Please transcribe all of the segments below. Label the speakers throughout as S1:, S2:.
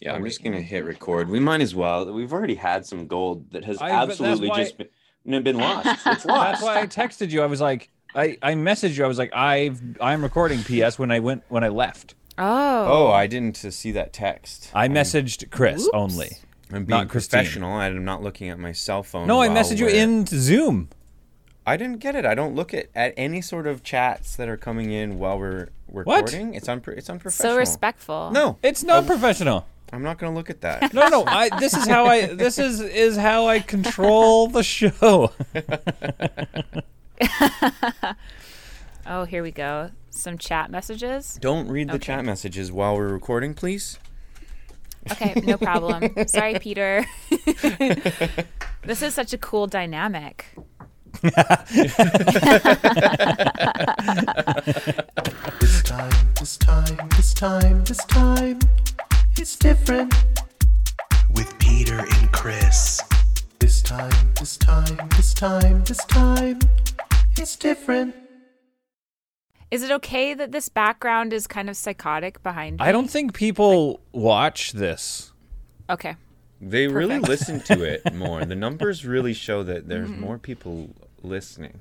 S1: Yeah,
S2: Oh,
S1: I'm
S2: wait.
S1: just gonna hit record. We might as well. We've already had some gold that has
S2: I- but that's
S1: absolutely
S2: why-
S1: just been, no, been lost. It's
S2: That's
S1: lost.
S2: why I texted you. I was like, I, I messaged you. I was like, I've I'm recording PS when I went when I left.
S3: Oh.
S4: Oh, I didn't uh, see that text.
S2: I messaged Chris
S3: Oops.
S2: only.
S4: I'm, I'm being
S2: not Christine.
S4: professional. I'm not looking at my cell
S3: Oh,
S4: phone.
S2: No, I
S4: while
S2: messaged you
S4: we're-
S2: in Zoom.
S4: I didn't get it. I don't look at, at any sort of chats that are coming in while we're we're
S2: What?
S4: recording. It's unpro- it's unprofessional.
S3: So respectful.
S4: No,
S2: It's
S3: Oh.
S2: not professional.
S4: I'm not gonna look at that.
S2: No, no. I this is how I this is is how I control the show.
S3: Oh, here we go. Some chat messages.
S4: don't read the chat messages while we're recording, please.
S3: Okay, no problem. Sorry, Peter. this is such a cool dynamic.
S5: This time, this time, this time, this time, it's different. With Peter and Chris. This time, this time, this time, this time, it's different.
S3: Is it okay that this background is kind of psychotic behind me?
S2: I don't think people watch this.
S3: Okay.
S4: They really
S3: Perfect. Mm-hmm.
S4: listen to it more. The numbers really show that there's more people listening.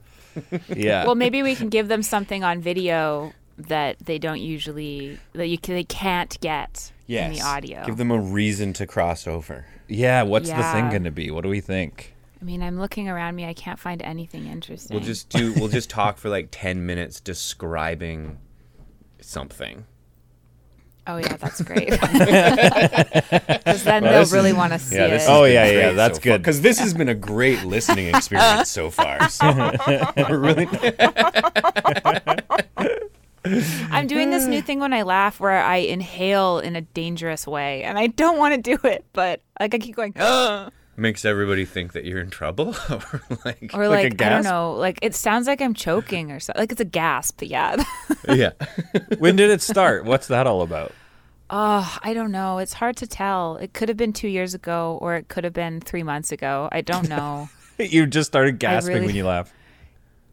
S2: Yeah.
S3: Well, maybe we can give them something on video that they don't usually that you they can't get in the audio.
S4: Give them a reason to cross over.
S2: yeah, what's the thing
S3: Yeah.
S2: going to be? What do we think?
S3: I mean, I'm looking around me. I can't find anything interesting.
S4: We'll just do. We'll just talk for like ten minutes describing something.
S3: Oh yeah, that's great. Because then
S2: this is-
S3: they'll really want to see it.
S2: Oh, yeah, yeah, that's good.
S4: Because this has been a great listening experience so far. So we're really
S3: I'm doing this
S4: eh.
S3: new thing when I laugh where I inhale in a dangerous way, and I don't want to do it, but like I keep going, "Ugh,"
S4: makes everybody think that you're in trouble. or like,
S2: Like a
S3: or like, I don't
S2: gasp?
S3: know, like it sounds like I'm choking or something. Like it's a gasp, yeah.
S4: yeah.
S2: When did it start? What's that all about?
S3: oh, I don't know. It's hard to tell. It could have been two years ago, or it could have been three months ago. I don't know.
S2: You just started gasping
S3: really-
S2: when you laugh.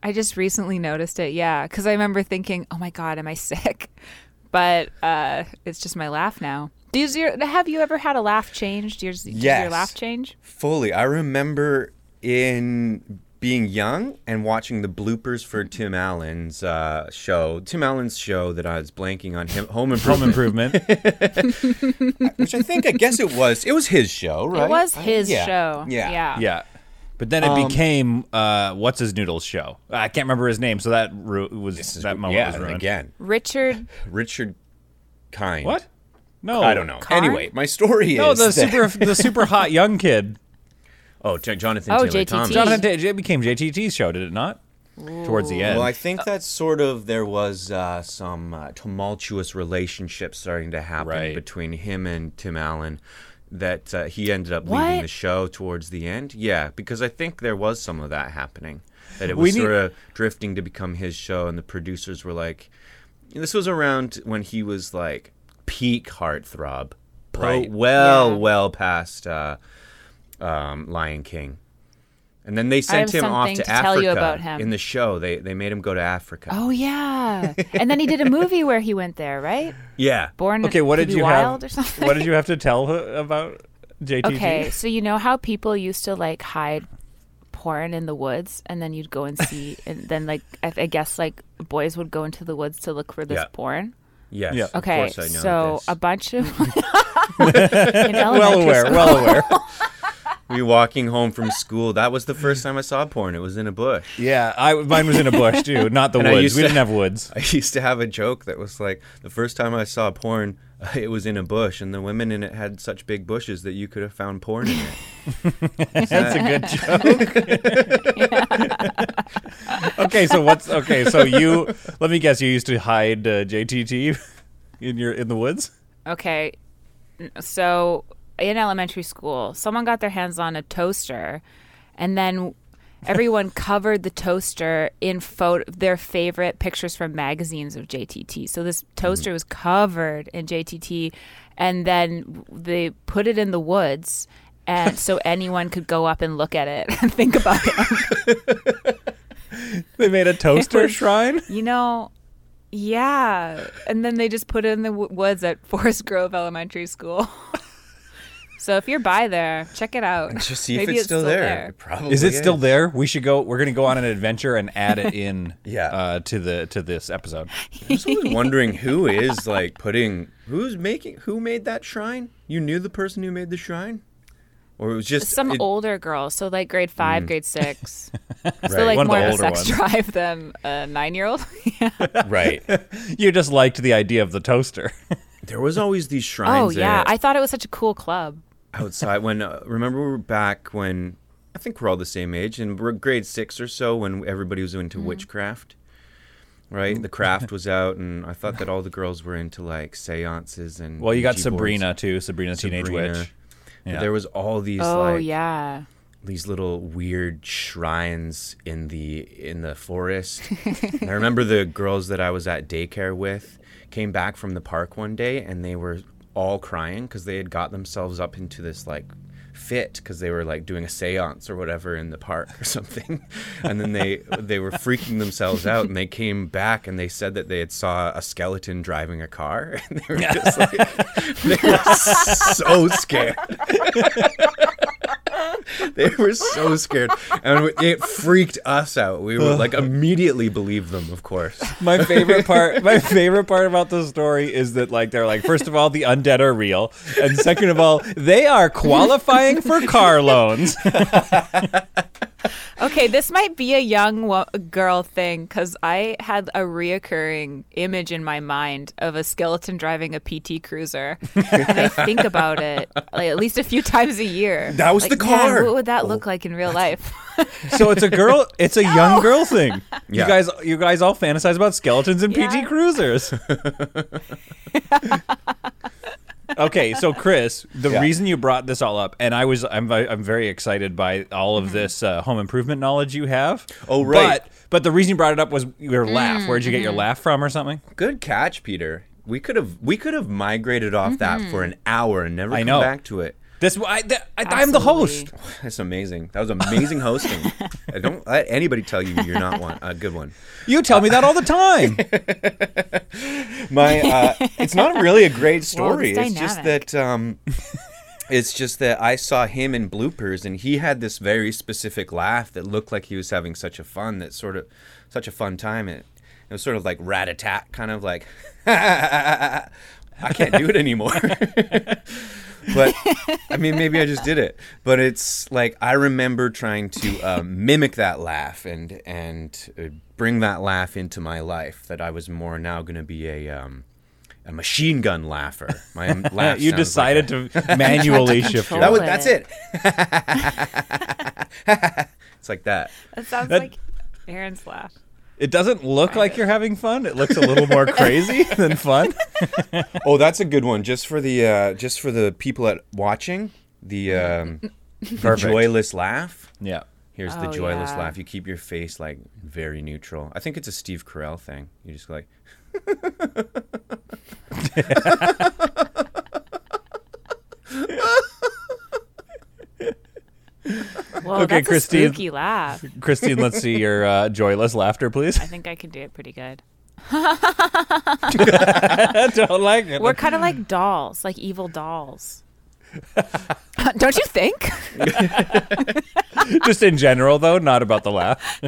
S3: I just recently noticed it, yeah, because I remember thinking, "Oh my god, am I sick?" But uh, it's just my laugh now. Does your have you ever had a laugh change? Does your, does your
S4: Yes.
S3: laugh change?
S4: Fully, I remember in being young and watching the bloopers for Tim Allen's uh, show. Tim Allen's show that I was blanking on him, Home
S2: Home
S4: Improvement,
S2: improvement.
S4: which I think I guess it was. It was his show, right?
S3: It was
S4: I-
S3: his
S4: yeah,
S3: show.
S4: Yeah.
S2: Yeah. But then it
S4: um,
S2: became uh, what's his noodles show. I can't remember his name, so that ru- was that moment
S4: yeah,
S2: was
S4: and
S2: ruined.
S4: again,
S3: Richard.
S4: Richard Kind.
S2: What? No,
S4: I don't know.
S3: Kind?
S4: Anyway, my story
S2: No,
S4: is
S2: the
S4: that-
S2: super the super hot young kid.
S4: Oh, J- Jonathan
S3: Oh,
S4: Taylor
S3: JTT.
S4: Thomas.
S2: Jonathan, Tate- it became JTT's show, did it not? Towards the end.
S4: Well, I think that sort of there was uh, some uh, tumultuous relationship starting to happen
S2: Right.
S4: between him and Tim Allen that uh, he ended up leaving
S3: What?
S4: the show towards the end. Yeah, because I think there was some of that happening. That it
S2: We
S4: was
S2: need-
S4: sort of drifting to become his show, and the producers were like, this was around when he was like peak heartthrob, po-
S2: Right.
S4: well,
S3: Yeah.
S4: well past uh, um, Lion King. And then they
S3: have
S4: sent him off
S3: something
S4: to,
S3: to
S4: Africa
S3: tell you about him.
S4: in the show. They they made him go to Africa.
S3: Oh yeah. and then he did a movie where he went there, right?
S4: Yeah.
S3: Born.
S2: okay, what
S3: to
S2: did
S3: be
S2: you
S3: wild Or
S2: have?
S3: something?
S2: What did you have to tell her about JTT?
S3: Okay, so you know how people used to like hide porn in the woods, and then you'd go and see, and then like I, I guess like boys would go into the woods to look for this
S4: Yeah.
S3: porn.
S4: Yes.
S2: Yeah.
S4: Of
S3: Okay,
S4: course I know
S3: so
S4: this.
S3: a bunch of in elementary
S2: Well aware,
S3: school.
S2: well aware.
S4: we walking home from school. That was the first time I saw porn. It was in a bush.
S2: yeah, I mine was in a bush too, not the
S4: And I
S2: woods.
S4: used
S2: We
S4: to-
S2: didn't have woods.
S4: I used to have a joke that was like, the first time I saw porn, it was in a bush, and the women in it had such big bushes that you could have found porn in it.
S2: That's a good joke. okay, so what's okay? So you let me guess. You used to hide uh, JTT in your in the woods.
S3: Okay. n- So in elementary school, someone got their hands on a toaster and then everyone covered the toaster in photo their favorite pictures from magazines of JTT. So this toaster was covered in JTT and then they put it in the woods and so anyone could go up and look at it and think about it.
S2: They made a toaster shrine.
S3: You know, yeah. And then they just put it in the w- woods at Forest Grove Elementary School. So if you're by there, check it out.
S4: Just see if
S3: Maybe
S4: it's, still, there. It probably
S2: Is it still there? We should go. We're gonna go on an adventure and add it in.
S4: Yeah.
S2: Uh, to the to this episode.
S4: I was always wondering who is like putting who's making who made that shrine? You knew the person who made the shrine, or it was just
S3: Some
S4: it- Mm.
S3: older girls, so like grade five, grade six.
S4: Right.
S3: So like
S2: One of the
S3: more of a
S2: older
S3: sex drive than a nine year old.
S4: right.
S2: You just liked the idea of the toaster.
S4: There was always these
S3: Oh
S4: shrines.
S3: yeah,
S4: at-
S3: I thought it was such a cool club.
S4: outside when uh, remember we were back when I think we're all the same age and we're grade six or so when everybody was
S3: Mm-hmm.
S4: into witchcraft, right? The craft was out, and I thought that all the girls were into like seances and
S2: Well, you got
S4: Ouija boards.
S2: Sabrina too. Sabrina, teenage
S4: Sabrina.
S2: witch.
S4: But
S2: Yeah.
S4: There was all these
S3: oh
S4: like
S3: yeah.
S4: these little weird shrines in the in the forest. and I remember the girls that I was at daycare with came back from the park one day and they were all crying because they had got themselves up into this like fit because they were like doing a séance or whatever in the park or something. and then they they were freaking themselves out and they came back and they said that they had saw a skeleton driving a car and they were just like they were so scared they were so scared and it freaked us out we were like immediately believed them of course
S2: My favorite part. My favorite part about the story is that like they're like first of all the undead are real, and second of all they are qualifying for car loans.
S3: Okay, this might be a young wo- girl thing because I had a reoccurring image in my mind of a skeleton driving a PT Cruiser, and I think about it like, at least a few times a year.
S4: That was
S3: Like,
S4: the
S3: man,
S4: car.
S3: what would that look
S2: Oh.
S3: like in real life?
S2: So it's a girl. It's a young girl thing. You
S4: Yeah.
S2: guys, you guys all fantasize about skeletons and
S3: Yeah.
S2: PG Cruisers. okay, so Chris, the
S4: Yeah.
S2: reason you brought this all up, and I was, I'm, I'm very excited by all of this uh, home improvement knowledge you have.
S4: Mm-hmm. Oh, right. Mm, mm-hmm.
S2: But, but the reason you brought it up was your laugh. Where'd you get your laugh from, or something?
S4: good catch peter we could have we could have migrated off that for an hour and never
S2: I
S4: come
S2: know.
S4: back to it
S2: This, I, th- I, I'm the host.
S3: Absolutely.
S4: that's amazing that was amazing hosting I don't let anybody tell you you're not one a good one
S2: You tell me that all the time.
S4: my uh, it's not really a great story
S3: it's
S4: it's just
S3: dynamic.
S4: that um it's just that i saw him in bloopers and he had this very specific laugh that looked like he was having such a fun that sort of such a fun time it, it was sort of like rat attack kind of like i can't do it anymore but I mean, maybe I just did it. But it's like I remember trying to uh, mimic that laugh and and uh, bring that laugh into my life. That I was more now going to be a um, a machine gun laugher. My um, laugh.
S2: you
S4: sounds like
S2: decided to manually shift.
S3: control
S2: Your
S4: that. that was,
S3: it.
S4: that's it. it's like that.
S3: That sounds
S2: That-
S3: like Aaron's laugh.
S2: It doesn't look like you're having fun. It looks a little more crazy than fun.
S4: Oh, that's a good one. Just for the uh, just for the people at watching the, um, the joyless laugh.
S2: Yeah.
S4: Here's
S3: Oh,
S4: the joyless
S3: yeah.
S4: laugh. You keep your face like very neutral. I think it's a Steve Carell thing. You just go like,
S3: Well,
S2: Okay,
S3: that's
S2: Christine.
S3: a spooky laugh.
S2: Christine, let's see your uh, joyless laughter, please.
S3: I think I can do it pretty good.
S2: I don't like it.
S3: We're kind of like dolls, like evil dolls. Don't you think?
S2: Just in general, though, not about the laugh.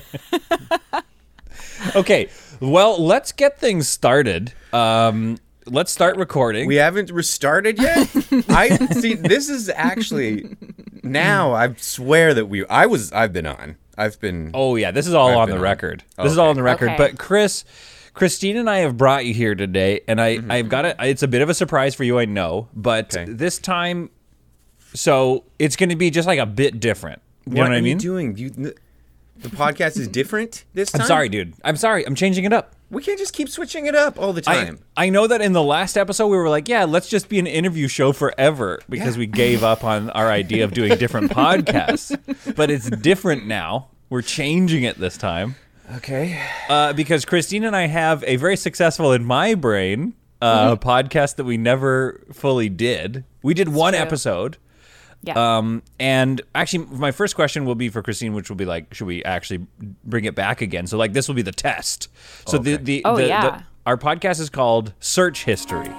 S2: okay. Well, let's get things started. Um, let's start recording.
S4: We haven't restarted yet. I see. This is actually now. I swear that we. I was. I've been on. I've been.
S2: oh, yeah. This is all on
S4: been
S2: the
S4: on.
S2: record. This is all on the record.
S3: Okay.
S2: But, Chris. Christine and I have brought you here today, and I, I've got it. It's a bit of a surprise for you, I know, but
S4: Mm-hmm. Okay.
S2: this time, so it's going to be just like a bit different. You know what
S4: are
S2: I mean?
S4: You doing you. The podcast is different this time.
S2: I'm sorry, dude. I'm sorry. I'm changing it up.
S4: We can't just keep switching it up all the
S2: I,
S4: time.
S2: I know that in the last episode we were like, yeah, let's just be an interview show forever because we gave up on our idea of doing different podcasts. But it's different now. We're changing it this time
S4: okay.
S2: uh, because Christine and I have a very successful, in my brain, uh,
S3: Mm-hmm.
S2: podcast that we never fully did. We did one
S3: true.
S2: episode.
S3: Yeah.
S2: Um, and actually, my first question will be for Christine, which will be like, should we actually bring it back again? So like, this will be the test. So the the,
S3: Oh,
S2: the,
S3: yeah.
S2: the our podcast is called Search History.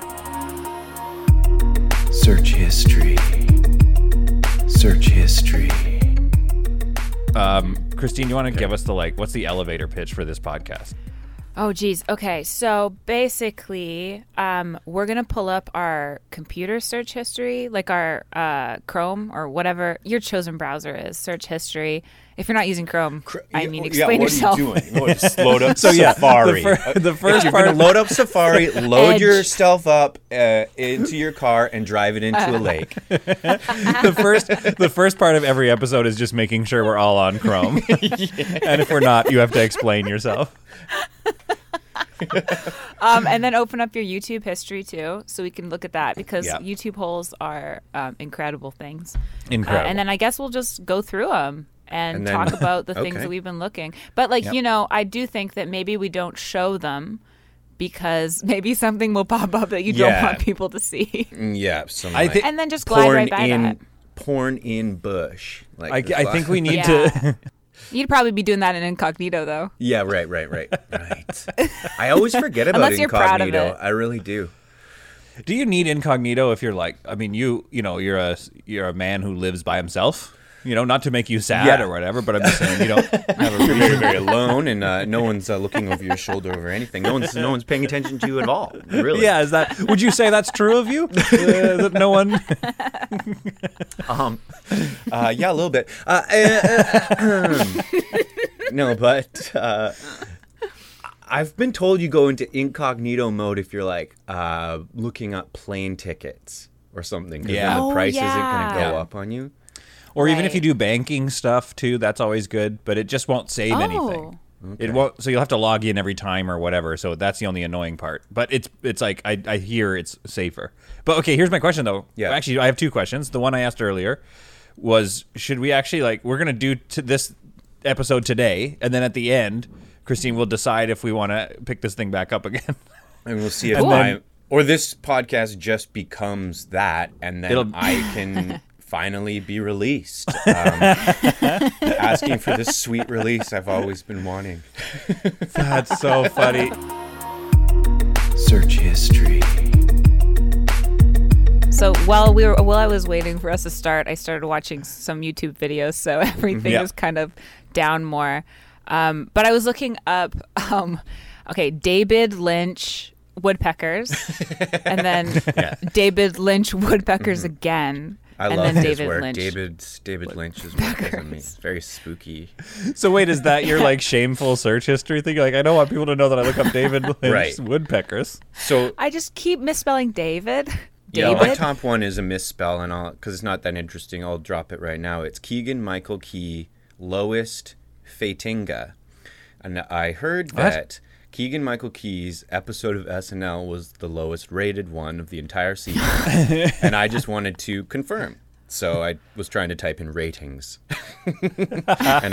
S5: Search history. Search history.
S2: Um, Christine, you want to give us the like? What's the elevator pitch for this podcast?
S3: Oh, geez. Okay. So basically, um, we're going to pull up our computer search history, like our uh, Chrome or whatever your chosen browser is, search history. If you're not using Chrome, I mean, explain
S4: oh, yeah, what
S3: yourself.
S4: Are you doing? You wanna just load up
S2: yeah,
S4: Safari.
S2: The, fir- the first
S4: You're
S2: part.
S4: gonna load up Safari, load
S3: Edge.
S4: yourself up uh, into your car, and drive it
S3: Uh,
S4: into a lake.
S2: the first the first part of every episode is just making sure we're all on Chrome. and if we're not, you have to explain yourself.
S3: Um, and then open up your YouTube history too, so we can look at that because
S4: Yeah.
S3: YouTube holes are um, incredible things. Uh,
S2: Incredible.
S3: and then I guess we'll just go through them and,
S4: And then-
S3: talk about the things
S4: Okay.
S3: that we've been looking. But like
S4: Yep.
S3: you know, I do think that maybe we don't show them because maybe something will pop up that you don't
S4: Yeah.
S3: want people to see,
S4: yeah, some
S2: I
S4: like
S2: thi-
S3: and then just glide
S4: porn
S3: right by
S4: in
S3: that.
S4: porn in bush. Like
S2: I,
S4: this
S2: I think
S4: one.
S2: we need
S3: Yeah.
S2: to.
S3: You'd probably be doing that in incognito though.
S4: Yeah, right, right, right, right. I always forget about
S3: Unless you're proud of
S4: incognito.
S3: it.
S4: I really do.
S2: Do you need incognito if you're like? I mean, you you know you're a you're a man who lives by himself. You know, not to make you sad
S4: Yeah.
S2: or whatever, but I'm just saying you don't have a
S4: You're
S2: reason.
S4: very alone, and uh, no one's uh, looking over your shoulder over anything. No one's no one's paying attention to you at all. Really?
S2: Yeah, is that? Would you say that's true of you? Uh, that no one.
S4: Um, uh, yeah, a little bit. Uh, uh, no, but uh, I've been told you go into incognito mode if you're like uh, looking up plane tickets or something. 'cause
S2: Yeah.
S4: then
S3: Oh,
S4: the price isn't going
S3: yeah.
S4: to go up on you.
S2: Or even if you
S3: Right.
S2: do banking stuff too, that's always good, but it just won't save anything. It won't so you'll have to log in every time or whatever. So that's the only annoying part. But it's it's like I, I hear it's safer. But okay, here's my question though.
S4: Yeah.
S2: Actually, I have two questions. The one I asked earlier was should we actually like we're going to do to this episode today and then at the end Christine will decide if we want to pick this thing back up again.
S4: And we'll see if
S3: Cool.
S4: I or this podcast just becomes that, and then
S2: It'll-
S4: I can finally be released. Um, asking for this sweet release I've always been wanting.
S2: that's so funny.
S5: Search history.
S3: So while we were while I was waiting for us to start, I started watching some YouTube videos, so everything
S2: Yeah.
S3: is kind of down more. Um, but I was looking up, um, okay, David Lynch woodpeckers, and then David Lynch woodpeckers
S4: Mm-hmm.
S3: again,
S4: I
S3: and
S4: love
S3: then
S4: his
S3: David
S4: work.
S3: Lynch.
S4: David's David Lynch's work is amazing. It's very spooky.
S2: So wait, is that your like shameful search history thing? Like I don't want people to know that I look up David Lynch
S4: Right.
S2: woodpeckers.
S4: So
S3: I just keep misspelling David.
S4: yeah, my
S3: David.
S4: top one is a misspell, and I'll because it's not that interesting. I'll drop it right now. It's Keegan Michael Key lowest Fatinga, and I heard that. Keegan Michael Key's episode of SNL was the lowest rated one of the entire season. and I just wanted to confirm. So I was trying to type in ratings. and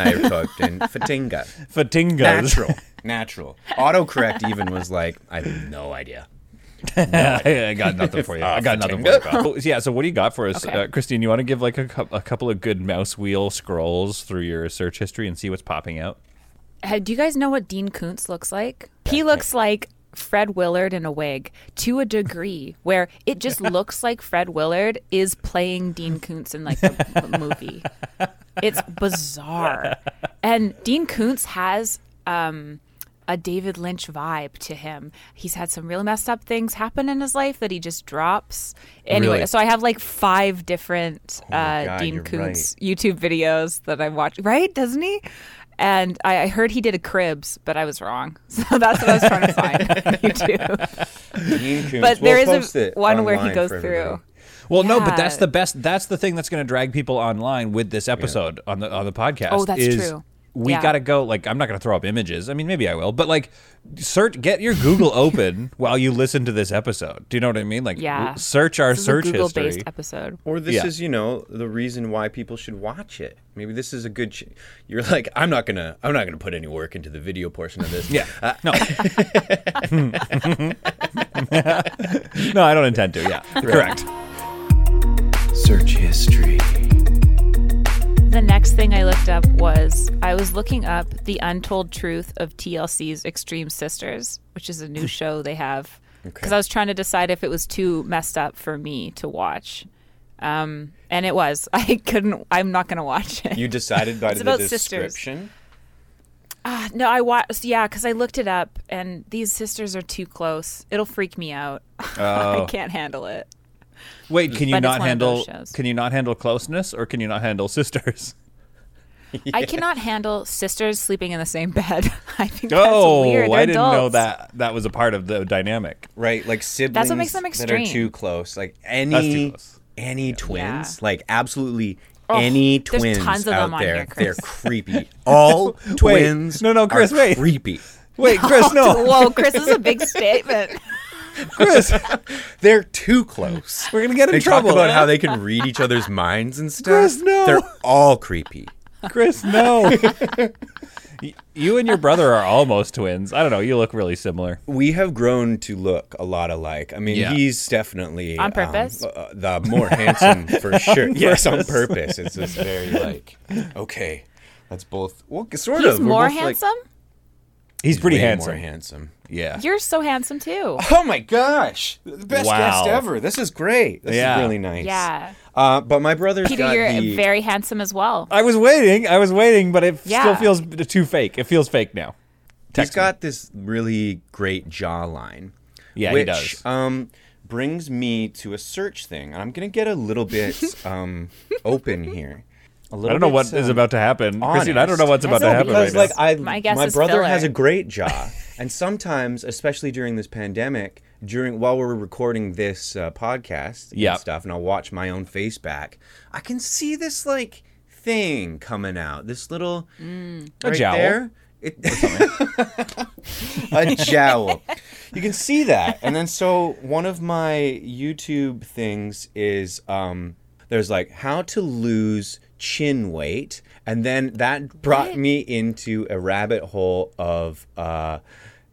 S4: I typed in Fatinga.
S2: Fatingas.
S4: natural, natural. Autocorrect even was like, I have no idea.
S2: I got nothing for you. I got nothing for you. Kyle. yeah. So what do you got for us,
S3: Okay.
S2: uh, Christine? You want to give like a, cou- a couple of good mouse wheel scrolls through your search history and see what's popping out?
S3: Uh, do you guys know what Dean Koontz looks like? He looks like Fred Willard in a wig to a degree where it just looks like Fred Willard is playing Dean Koontz in like the m- movie. It's bizarre. And Dean Koontz has um, a David Lynch vibe to him. He's had some real messed up things happen in his life that he just drops. Anyway,
S4: Really?
S3: so I have like five different
S4: my
S3: uh,
S4: God,
S3: Dean
S4: you're
S3: Koontz YouTube videos that I watch. Right? Doesn't he? And I, I heard he did a cribs, but I was wrong. So that's what I was trying to find on YouTube. But there is a, one where he goes through.
S2: Well, no, but that's
S3: Yeah.
S2: the best. That's the thing that's going to drag people online with this episode on the on the podcast.
S3: Oh, that's
S2: is
S3: true.
S2: We
S3: Yeah.
S2: got to go. Like, I'm not going to throw up images. I mean, maybe I will, but like, search. Get your Google open while you listen to this episode. Do you know what I mean? Like, w-
S3: Yeah.
S2: search our
S3: This
S2: search
S3: is a Google
S2: history.
S3: based episode.
S4: Or this
S2: Yeah.
S4: is, you know, the reason why people should watch it. Maybe this is a good. Ch- You're like, I'm not gonna, I'm not gonna put any work into the video portion of this.
S2: Yeah. no. no, I don't intend to. Yeah. Correct.
S5: Search history.
S3: The next thing I looked up was I was looking up The Untold Truth of TLC's Extreme Sisters, which is a new show they have. Because I was trying to decide if it was too messed up for me to watch. Um, and it was. I couldn't. I'm not gonna watch it.
S4: You decided by
S3: It's
S4: the
S3: about sisters.
S4: description.
S3: Ah, no, I watched. Yeah, because I looked it up, and these sisters are too close. It'll freak me out.
S2: Oh.
S3: I can't handle it.
S2: Wait, can you
S3: But it's
S2: not
S3: one of those
S2: handle
S3: shows.
S2: can you not handle closeness or can you not handle sisters?
S3: I cannot handle sisters sleeping in the same bed. I think that's
S2: Oh,
S3: weird. They're
S2: I didn't know
S3: adults.
S2: that that was a part of the dynamic.
S4: Right, like siblings
S3: what makes them
S4: that are
S3: extreme.
S4: too close. Like any
S2: close.
S4: any twins,
S3: Yeah.
S4: like absolutely
S3: Oh,
S4: any
S3: there's
S4: twins
S3: tons of
S4: out
S3: them on
S4: there.
S3: here,
S4: they're
S3: Chris.
S4: creepy. All twins.
S2: No, no,
S4: are
S2: Chris, wait.
S4: Creepy.
S2: Wait, Chris, no,
S3: Whoa, Chris this is a big statement.
S2: Chris,
S4: They're too close.
S2: we're gonna get in
S4: They
S2: trouble.
S4: talk about how they can read each other's minds and stuff.
S2: Chris, no.
S4: They're all creepy.
S2: Chris, no. Y- you and your brother are almost twins. I don't know. You look really similar.
S4: we have grown to look a lot alike. I mean,
S2: Yeah.
S4: he's definitely
S3: On purpose?
S4: um, uh, the more handsome for sure.
S2: Yes.
S4: Yes, on purpose. It's just very like okay, that's both. Well, sort
S3: He's
S4: of. We're
S3: more
S4: both, like,
S3: handsome.
S2: He's pretty
S4: way
S2: handsome.
S4: More handsome.
S2: yeah.
S3: You're so handsome too.
S4: Oh my gosh! The best
S2: Wow.
S4: guest ever. This is great. This
S2: Yeah.
S4: is really nice.
S3: Yeah,
S4: Uh, but my brother's
S3: Peter,
S4: got
S3: you're
S4: the
S3: very handsome as well.
S2: I was waiting. I was waiting, but it
S3: Yeah.
S2: still feels b- too fake. It feels fake now.
S4: he's
S2: Text me.
S4: got this really great jawline.
S2: Yeah,
S4: which,
S2: he does.
S4: Um, brings me to a search thing. I'm gonna get a little bit um, open here. A little
S2: I don't know what
S4: bit,
S2: is
S4: um,
S2: about to happen, Christine. I don't know what's about to
S3: That's all
S2: happen right
S4: because
S2: now.
S4: like I,
S3: My
S4: my,
S3: guess is
S4: brother
S3: filler.
S4: has a great jaw, and sometimes, especially during this pandemic, during while we're recording this uh, podcast
S2: Yeah.
S4: and stuff, and I'll watch my own face back, I can see this like thing coming out, this little
S2: A jowl.
S4: It, a jowl. You can see that. And then so one of my YouTube things is um, there's like how to lose chin weight, and then that brought me into a rabbit hole of uh,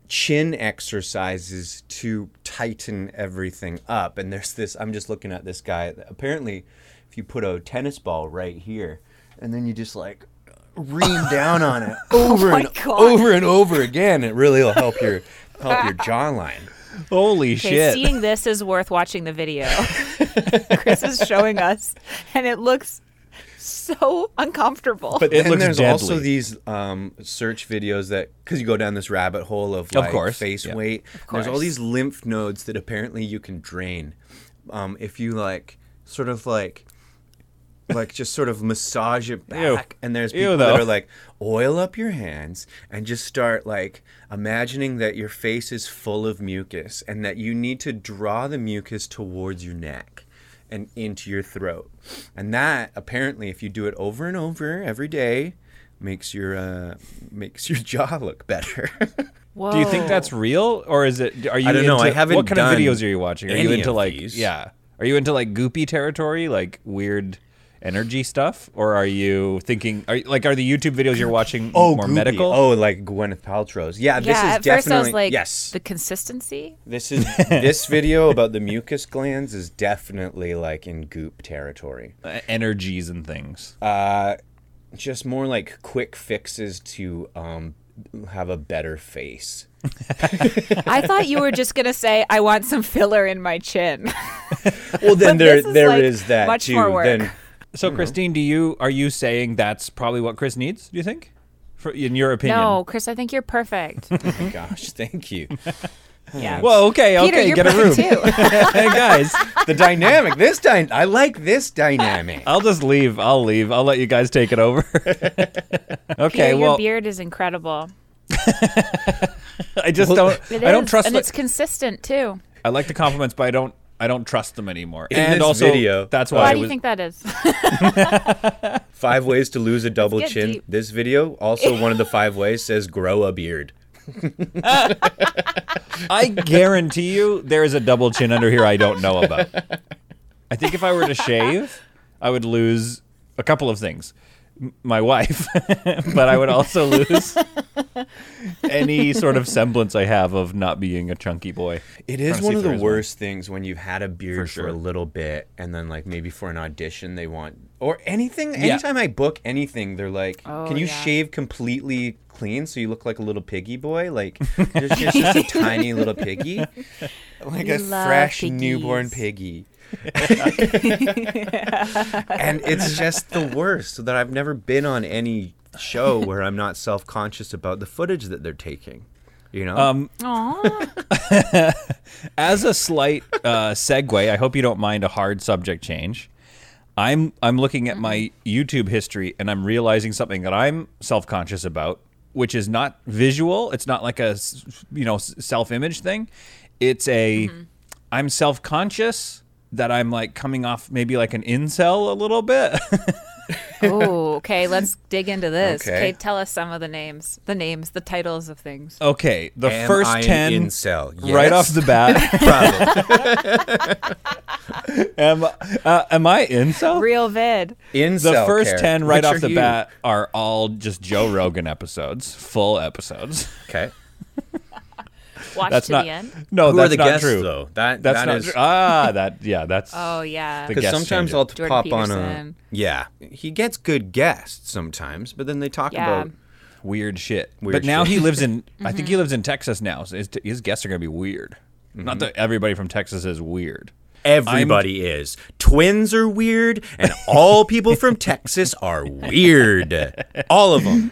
S4: chin exercises to tighten everything up. And there's this. I'm just looking at this guy. Apparently, if you put a tennis ball right here, and then you just like ream down on it over
S3: Oh my
S4: and
S3: God.
S4: over and over again. It really will help your help your jawline.
S2: Holy
S3: Okay,
S2: shit!
S3: seeing this is worth watching the video. Chris is showing us, and it looks so uncomfortable.
S4: But
S2: It
S4: then
S2: looks
S4: there's also
S2: deadly.
S4: these um, search videos that because you go down this rabbit hole of
S2: Of
S4: like
S2: course,
S4: face
S2: yeah.
S4: weight. There's all
S3: course.
S4: these lymph nodes that apparently you can drain um, if you like sort of like like just sort of massage it
S2: Ew.
S4: back and there's
S2: Ew,
S4: people that
S2: though.
S4: are like oil up your hands and just start like imagining that your face is full of mucus and that you need to draw the mucus towards your neck and into your throat and that apparently if you do it over and over every day makes your uh, makes your jaw look better
S2: Do you
S3: Oh.
S2: think that's real or is it? Are you?
S4: I don't know.
S2: into-
S4: I haven't
S2: What kind
S4: done
S2: of videos are you watching? Are you
S4: any
S2: into
S4: of
S2: like
S4: these.
S2: yeah? Are you into like goopy territory, like weird energy stuff, or are you thinking? Are you, like are the YouTube videos you're watching more
S4: goopy.
S2: medical?
S4: oh like gwyneth paltrow's yeah, this is
S3: yeah, at
S4: definitely
S3: first I was like,
S4: yes
S3: the consistency?
S4: This is this video about the mucus glands is definitely like in goop territory.
S2: Uh, Energies and things.
S4: Uh, just more like quick fixes to um, have a better face.
S3: I thought you were just going to say, I want some filler in my chin.
S4: Well, then
S3: But
S4: there there is
S3: this is, like,
S4: that
S3: much
S4: too.
S3: more work.
S4: Then
S2: So Christine, do you are you saying that's probably what Chris needs? Do you think? For, in your opinion?
S3: no, Chris, I think you're perfect.
S4: Oh my gosh, thank you.
S3: Yeah.
S2: Well, okay,
S3: Peter,
S2: okay,
S3: you're
S2: get a room.
S3: perfect too.
S2: hey guys,
S4: The dynamic, this dy- I like this dynamic.
S2: I'll just leave. I'll leave. I'll let you guys take it over. okay,
S3: Peter, your
S2: well,
S3: beard is incredible.
S2: I just don't.
S3: It
S2: I don't
S3: is,
S2: trust.
S3: And
S2: the-
S3: it's consistent too.
S2: I like the compliments, but I don't. I don't trust them anymore.
S4: In
S2: and
S4: this
S2: also,
S4: video- uh,
S2: that's why
S3: Why
S2: I
S3: do
S2: was.
S3: you think that is?
S4: Five ways to lose a double
S3: get
S4: chin.
S3: deep.
S4: This video also one of the five ways says grow a beard.
S2: I guarantee you, there is a double chin under here I don't know about. I think if I were to shave, I would lose a couple of things. M- My wife, but I would also lose any sort of semblance I have of not being a chunky boy.
S4: It is
S2: Trying
S4: one
S2: to see
S4: of
S2: if
S4: the
S2: there is one.
S4: worst things when you've had a beard for,
S2: sure.
S4: a little bit, and then like maybe for an audition they want or anything.
S2: Yeah.
S4: Anytime I book anything, they're like,
S3: Oh,
S4: "Can you
S3: yeah.
S4: shave completely clean so you look like a little piggy boy? Like just, just, just a tiny little piggy, like
S3: We
S4: a
S3: love
S4: fresh newborn
S3: piggies.
S4: piggy." and it's just the worst that I've never been on any show where I'm not self conscious about the footage that they're taking. You know, um,
S3: Aw.
S2: As a slight uh, segue, I hope you don't mind a hard subject change. I'm I'm looking at my YouTube history and I'm realizing something that I'm self conscious about, which is not visual. It's not like a s- you know self image thing. It's a
S4: Mm-hmm.
S2: am self conscious that I'm like coming off maybe like an incel a little bit.
S3: Ooh, okay, let's dig into this.
S4: Okay.
S3: Okay. tell us some of the names, the names, the titles of things.
S2: okay, the
S4: Am
S2: first
S4: I an
S2: ten
S4: incel.
S2: right
S4: Yes.
S2: off the bat.
S4: Probably.
S2: am uh, am I incel?
S3: Real vid.
S4: incel
S2: the first
S4: care.
S2: 10 right
S4: Picture
S2: off the
S4: you.
S2: bat are all just joe rogan episodes full episodes
S4: Okay.
S3: Watch
S2: that's
S3: to
S2: not
S3: the end.
S2: no
S4: Who
S2: that's
S4: are the
S2: not
S4: guests
S2: true
S4: though? That
S2: that's
S4: that
S2: not
S4: is-
S2: true. ah that yeah that's
S3: Oh yeah.
S2: The
S4: Because
S2: guest
S4: sometimes
S2: changer.
S4: I'll t-
S3: Jordan
S4: pop on a
S3: Peterson.
S4: yeah. He gets good guests sometimes, but then they talk
S3: Yeah.
S4: about
S2: weird shit
S4: Weird
S2: but now
S4: shit.
S2: he lives in i think
S3: Mm-hmm.
S2: he lives in texas now so his, his guests are going to be weird
S4: Mm-hmm.
S2: not that everybody from texas is weird
S4: everybody is twins are weird, and all people from Texas are weird. All of them.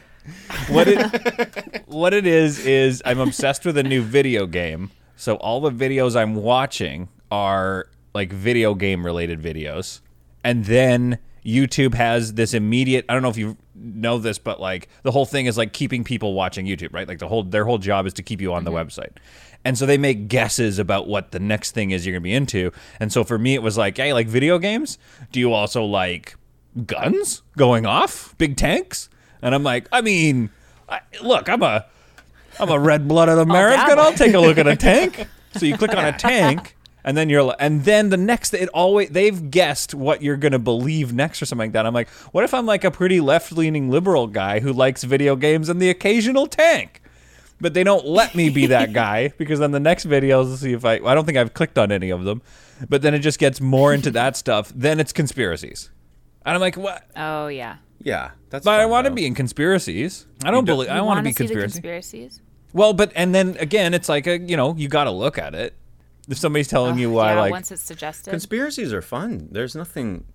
S2: what it what it is is I'm obsessed with a new video game. So all the videos I'm watching are like video game related videos. And then YouTube has this immediate I don't know if you know this but like the whole thing is like keeping people watching YouTube, right? Like the whole their whole job is to keep you on the website. And so they make guesses about what the next thing is you're going to be into. And so for me it was like, "Hey, like video games? Do you also like guns going off? Big tanks?" And I'm like, I mean, I, look, I'm a, I'm a red blooded American. I'll take a look at a tank. So you click on a tank, and then you're, li- and then the next, it always they've guessed what you're gonna believe next or something like that. I'm like, what if I'm like a pretty left leaning liberal guy who likes video games and the occasional tank? But they don't let me be that guy because then the next videos will see if I. I don't think I've clicked on any of them, but then it just gets more into that stuff. Then it's conspiracies, and I'm like, what?
S3: Oh yeah.
S4: Yeah, that's.
S2: But I
S4: fun,
S2: want to
S4: though.
S2: be in conspiracies. I don't believe. I
S3: You
S2: want to
S3: wanna
S2: be
S3: see the
S2: conspiracy.
S3: conspiracies.
S2: Well, but and then again, it's like a you know you got to look at it. If somebody's telling you why,
S3: yeah,
S2: like,
S3: once it's suggested.
S4: Conspiracies are fun. There's nothing.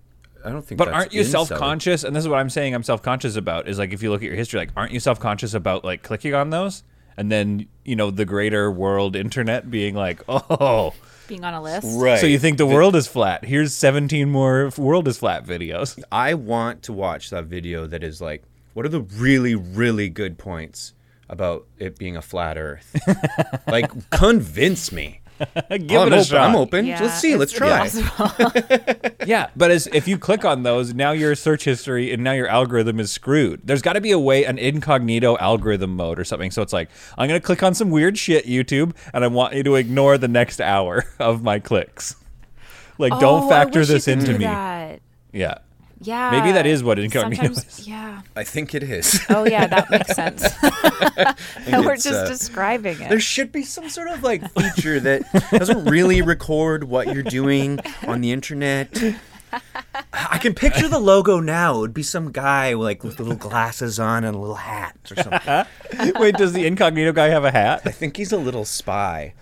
S4: I don't think.
S2: but
S4: that's
S2: aren't you
S4: incel.
S2: self-conscious? And this is what I'm saying. I'm self-conscious about is like if you look at your history, like, aren't you self-conscious about like clicking on those? And then you know the greater world internet being like, oh,
S3: being on a list.
S4: Right.
S2: so you think the world is flat? Here's 17 more f- world is flat videos.
S4: I want to watch that video that is like, what are the really, really good points about it being a flat Earth? like, convince me.
S2: Give
S4: I'm
S2: it a
S4: open.
S2: shot.
S4: I'm open.
S3: Yeah,
S4: Let's see.
S3: it's-
S4: Let's
S3: it's
S4: try.
S3: possible.
S2: Yeah, but as, if you click on those, now your search history and now your algorithm is screwed. There's got to be a way, an incognito algorithm mode or something. So it's like, I'm going to click on some weird shit, YouTube, and I want you to ignore the next hour of my clicks. Like,
S3: Oh,
S2: don't
S3: I
S2: factor
S3: wish you
S2: this
S3: could
S2: into
S3: do
S2: me.
S3: that.
S2: Yeah.
S3: Yeah.
S2: Maybe that is what incognito
S3: Sometimes-
S2: is.
S3: Yeah.
S4: I think it is.
S3: Oh yeah, that makes sense. We're
S4: it's,
S3: just
S4: uh,
S3: describing it.
S4: There should be some sort of like feature that doesn't really record what you're doing on the internet. I can picture the logo now. It would be some guy like with little glasses on and a little hat or something.
S2: Wait, does the incognito guy have a hat?
S4: I think he's a little spy.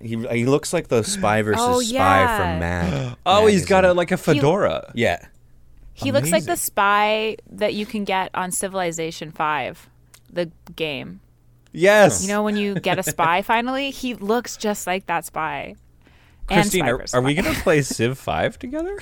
S4: he, he looks like the spy versus
S3: Oh,
S4: spy
S3: yeah.
S4: from Mad.
S2: Oh, he's got a,
S4: magazine.
S2: like a fedora.
S4: yeah.
S3: He looks like the spy that you can get on Civilization Five, the game.
S2: Yes.
S3: You know when you get a spy finally, he looks just like that spy. And
S2: Christine,
S3: Spy
S2: are,
S3: vs.
S2: are we
S3: Spy.
S2: going to play Civ 5 together?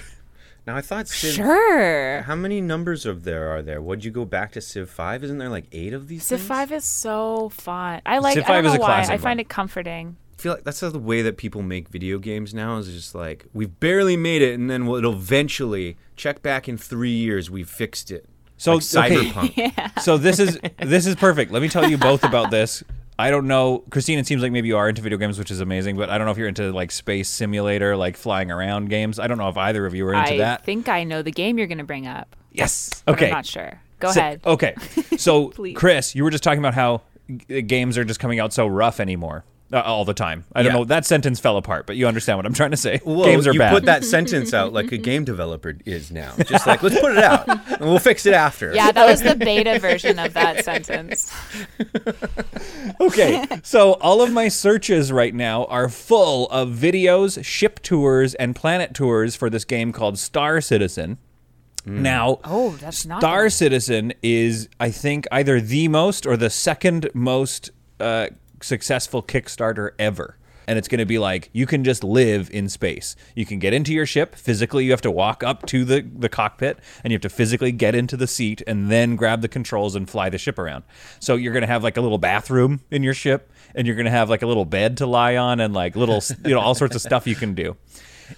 S4: Now I thought Civ.
S3: Sure.
S4: How many numbers of there are there? Would you go back to Civ Five? Isn't there like eight of these?
S3: Civ
S4: things?
S3: Five is so fun. I like.
S2: Civ
S3: I
S2: 5
S3: don't
S2: is
S3: know
S2: a
S3: why.
S2: classic
S3: I find
S2: one.
S3: it comforting.
S4: I feel like that's the way that people make video games now is just like we've barely made it, and then we'll, it'll eventually check back in three years. We've fixed it.
S2: So,
S4: Like
S2: okay.
S4: cyberpunk.
S2: so this is this is perfect. Let me tell you both about this. I don't know, Christine. It seems like maybe you are into video games, which is amazing. But I don't know if you're into like space simulator, like flying around games. I don't know if either of you are into
S3: I
S2: that.
S3: think I know the game you're going to bring up.
S2: yes.
S3: but
S2: Okay.
S3: I'm not sure. Go
S2: So-
S3: ahead.
S2: Okay. So,
S3: Please.
S2: uh, Chris, you were just talking about how g- games are just coming out so rough anymore. uh, all the time. I don't
S4: Yeah.
S2: know. That sentence fell apart, but you understand what I'm trying to say.
S4: Well,
S2: Games are
S4: you
S2: bad.
S4: put that sentence out like a game developer is now. Just like let's put it out and we'll fix it after.
S3: Yeah, that was the beta version of that sentence.
S2: okay, so all of my searches right now are full of videos, ship tours, and planet tours for this game called Star Citizen. Now,
S3: Oh, that's not
S2: Star
S3: bad.
S2: Citizen is, I think, either the most or the second most uh, successful Kickstarter ever. And it's going to be like you can just live in space. You can get into your ship physically. You have to walk up to the, the cockpit and you have to physically get into the seat and then grab the controls and fly the ship around. So you're going to have like a little bathroom in your ship and you're going to have like a little bed to lie on and like little, you know, all sorts of stuff you can do.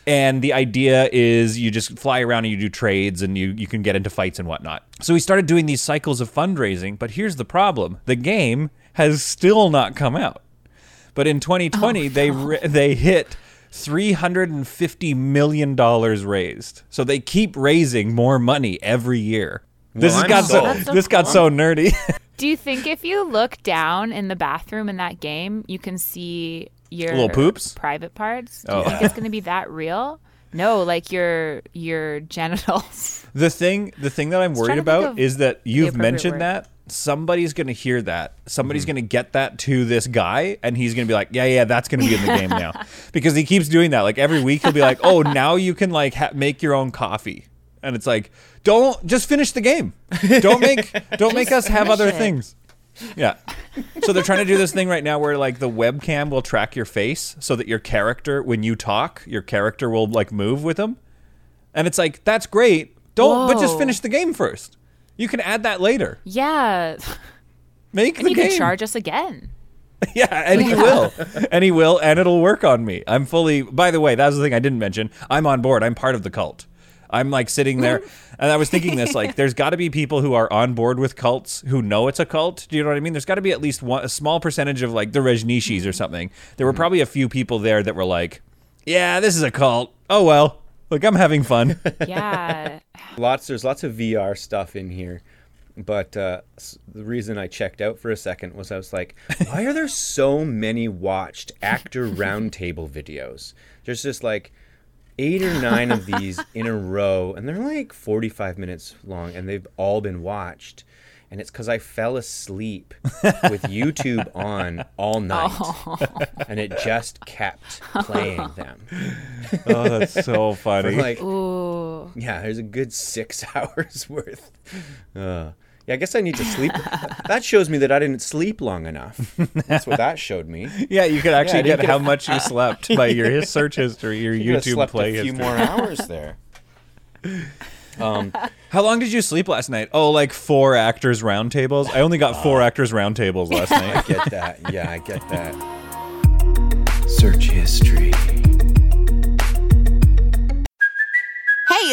S2: And the idea is you just fly around and you do trades and you, you can get into fights and whatnot. So we started doing these cycles of fundraising, but here's the problem the game has still not come out. But in 2020, they ri they hit 350 million dollars raised. So they keep raising more money every year. This
S4: Well,
S2: has
S4: I'm
S2: got
S4: sold.
S2: so, this got so nerdy.
S3: Do you think if you look down in the bathroom in that game, you can see your
S2: Little poops? Oh.
S3: private parts? Do you think it's going to be that real? No, like your your genitals.
S2: The thing, the thing that I'm worried
S3: trying to think
S2: about
S3: of
S2: is that you've
S3: appropriate
S2: mentioned
S3: word.
S2: that somebody's going to hear that. Somebody's going to get that to this guy, and he's going to be like, "Yeah, yeah, that's going to be in the game now," because he keeps doing that. Like every week, he'll be like, "Oh, now you can like ha- make your own coffee," and it's like, "Don't just finish the game. Don't make don't make us have other
S3: finish it.
S2: things." Yeah. So they're trying to do this thing right now where like the webcam will track your face so that your character when you talk, your character will like move with them. And it's like, that's great. Don't but just
S3: Whoa.
S2: finish the game first. You can add that later.
S3: Yeah,
S2: Make
S3: and
S2: the
S3: you
S2: game.
S3: can charge us again.
S2: Yeah, and he will. And he will, and it'll work on me. I'm fully by the way, that was the thing I didn't mention. I'm on board. I'm part of the cult. I'm like sitting there and I was thinking this, like, there's gotta be people who are on board with cults who know it's a cult. Do you know what I mean? There's gotta be at least one a small percentage of like the Rajneeshis or something. There were
S4: Mm.
S2: probably a few people there that were like, Yeah, this is a cult. Oh well. Look, I'm having fun.
S3: Yeah,
S4: Lots there's lots of VR stuff in here. But uh, s- the reason I checked out for a second was I was like, why are there so many watched actor roundtable videos? There's just like eight or nine of these in a row, and they're like 45 minutes long, and they've all been watched. And it's because I fell asleep with YouTube on all night, and it just kept playing them.
S2: oh, that's so funny.
S4: Like,
S3: ooh,
S4: yeah, there's a good six hours worth. Uh, yeah, I guess I need to sleep. that shows me that I didn't sleep long enough. That's what that showed me.
S2: yeah, you could actually
S4: Yeah, you
S2: get
S4: could-
S2: how much you slept by your his search history, your
S4: Coulda
S2: YouTube
S4: slept
S2: play
S4: a few
S2: history.
S4: more hours there. Um,
S2: How long did you sleep last night? Oh, like four actors roundtables. I only got
S4: Uh,
S2: four actors roundtables last
S4: I
S2: night.
S4: get that. Yeah, I get that.
S5: Search history.
S6: Hey,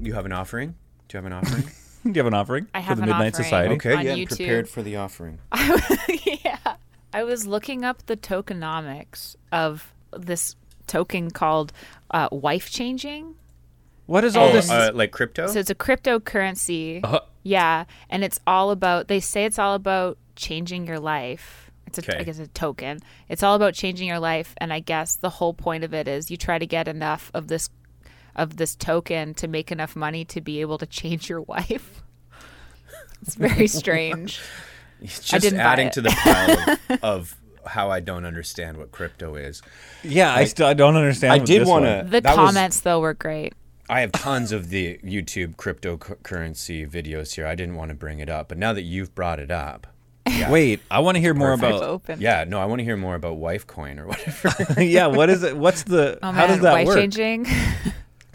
S4: You have an offering? Do you have an offering?
S2: Do you have an offering
S3: I
S2: for
S3: have
S2: the
S3: an
S2: Midnight
S3: offering.
S2: Society?
S4: Okay,
S3: On
S4: yeah, I'm
S3: YouTube.
S4: prepared for the offering.
S3: yeah. I was looking up the tokenomics of this token called uh, wife changing.
S2: What is all
S3: Oh,
S2: this?
S4: uh, like crypto?
S3: So it's a cryptocurrency.
S4: Uh-huh.
S3: Yeah, and it's all about. They say it's all about changing your life. It's a, I
S4: Okay.
S3: guess, a token. It's all about changing your life, and I guess the whole point of it is you try to get enough of this, of this token to make enough money to be able to change your wife. It's very strange.
S4: It's
S3: I
S4: just
S3: didn't buy
S4: adding
S3: it.
S4: to the pile of, of how I don't understand what crypto is.
S2: yeah, I still I don't understand.
S4: I
S2: what
S4: did
S2: this
S4: want
S2: one-
S4: to.
S3: the comments though were great.
S4: I have tons of the YouTube cryptocurrency videos here. I didn't want to bring it up, but now that you've brought it up,
S2: Wait, I want to hear more
S4: Uh,
S3: I've
S2: about.
S3: opened.
S4: yeah, no, I want to hear more about WifeCoin or whatever.
S2: yeah, what is it? What's the?
S3: Oh,
S2: how
S3: man,
S2: does that
S3: wife
S2: work?
S3: changing.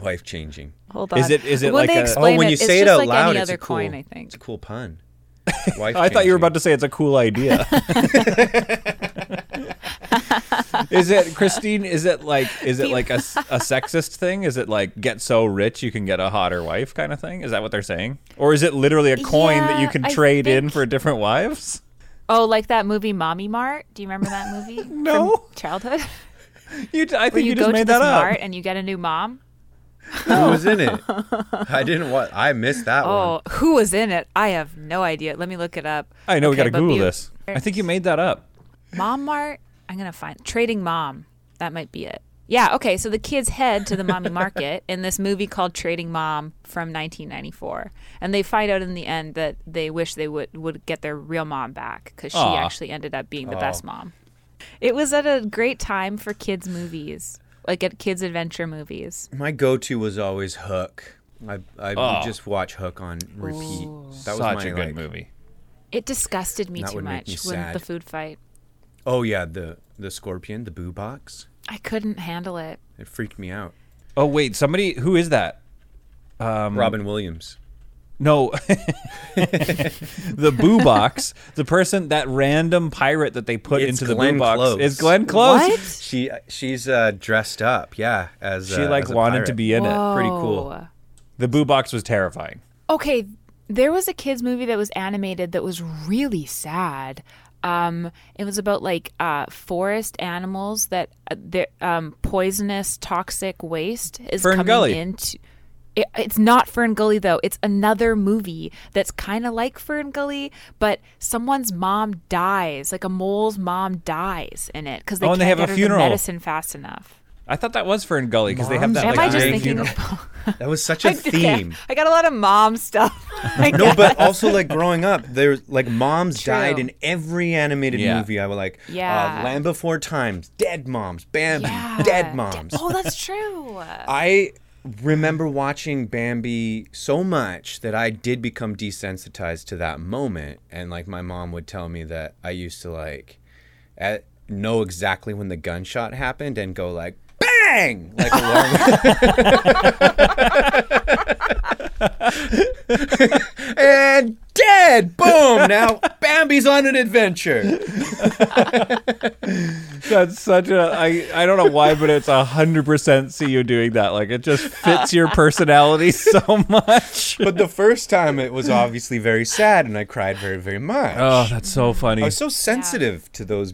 S4: Life changing.
S3: Hold on.
S2: Is it- is it
S3: when
S2: like
S3: they
S2: a-
S3: explain
S4: oh, when
S3: it,
S4: you
S3: it's
S4: say it
S3: just
S4: out
S3: like
S4: loud,
S3: any
S4: it's
S3: other
S4: a cool,
S3: coin, I think.
S4: It's a cool pun.
S2: I thought you were about to say it's a cool idea. Is it Christine? Is it like is it like a, s- a sexist thing? Is it like get so rich you can get a hotter wife kind of thing? Is that what they're saying? Or is it literally a coin that you
S3: Yeah,
S2: can
S3: I
S2: trade in
S3: think-
S2: for different wives?
S3: Oh, like that movie Mommy Mart. Do you remember that movie?
S2: No.
S3: From childhood. Where
S2: You, I think
S3: you,
S2: you,
S3: go
S2: just
S3: to
S2: made
S3: this
S2: that up.
S3: mart and you get a new mom.
S4: Who was in it? I didn't want. I missed that one.
S3: Oh, who was in it? I have no idea. Let me look it up.
S2: I know we
S3: Okay,
S2: got to
S3: but
S2: Google
S3: be-
S2: this. I think you made that up.
S3: Mom Mart. I'm gonna find Trading Mom. That might be it. Yeah. Okay. So the kids head to the mommy market in this movie called Trading Mom from 1994, and they find out in the end that they wish they would would get their real mom back because she
S2: Aw.
S3: actually ended up
S4: Oh.
S3: being the best mom. It was at a great time for kids movies, like at kids adventure movies.
S4: My go-to was always Hook. I I
S2: Oh.
S4: would just watch Hook on repeat. That was
S2: Such
S4: my
S2: a good
S4: like,
S2: movie.
S3: It disgusted me
S4: That
S3: too
S4: would make
S3: much
S4: me
S3: when
S4: sad.
S3: the food fight.
S4: Oh yeah, the the scorpion, the boo box.
S3: I couldn't handle it.
S4: It freaked me out.
S2: Oh wait, somebody who is that?
S4: Robin Williams.
S2: No. the boo box, the person that random pirate that they put
S4: It's
S2: into the
S4: Glenn
S2: boo box
S4: Close.
S2: is Glenn Close.
S3: What?
S4: She she's uh, dressed up, yeah. As
S2: She
S4: uh,
S2: like
S4: as a
S2: wanted to
S4: pirate.
S2: be in it.
S4: Pretty cool.
S3: Oh.
S2: The boo box was terrifying.
S3: Okay, there was a kids movie that was animated that was really sad. Um, it was about like uh, forest animals that uh, their um, poisonous toxic waste is
S2: Fern
S3: coming
S2: Gully.
S3: into. It, it's not Fern Gully though. It's another movie that's kind of like Fern Gully, but someone's mom dies, like a mole's mom dies in it because they
S2: Oh,
S3: can't
S2: and they have
S3: get
S2: a
S3: her
S2: funeral.
S3: the medicine fast enough.
S2: I thought that was Fern Gully because they have
S4: Moms
S2: that
S4: are
S3: Am
S2: like
S3: I just
S4: dying
S2: big,
S3: thinking
S2: you know-
S3: of?
S4: That was such a theme.
S3: I got a lot of mom stuff. I
S4: No, but also like growing up, there's like moms
S3: True.
S4: died in every animated
S2: Yeah.
S4: movie. I was like,
S3: Yeah.
S4: uh, Land Before Times, dead moms, Bambi,
S3: Yeah.
S4: dead moms.
S3: Oh, that's true.
S4: I remember watching Bambi so much that I did become desensitized to that moment. And like my mom would tell me that I used to like at, know exactly when the gunshot happened and go like bang like along and dead boom now bambi's on an adventure
S2: That's such a I I don't know why, but it's a hundred percent see you doing that. Like it just fits your personality so much.
S4: but the first time it was obviously very sad and i cried very very much
S2: Oh, that's so funny.
S4: I was so sensitive to those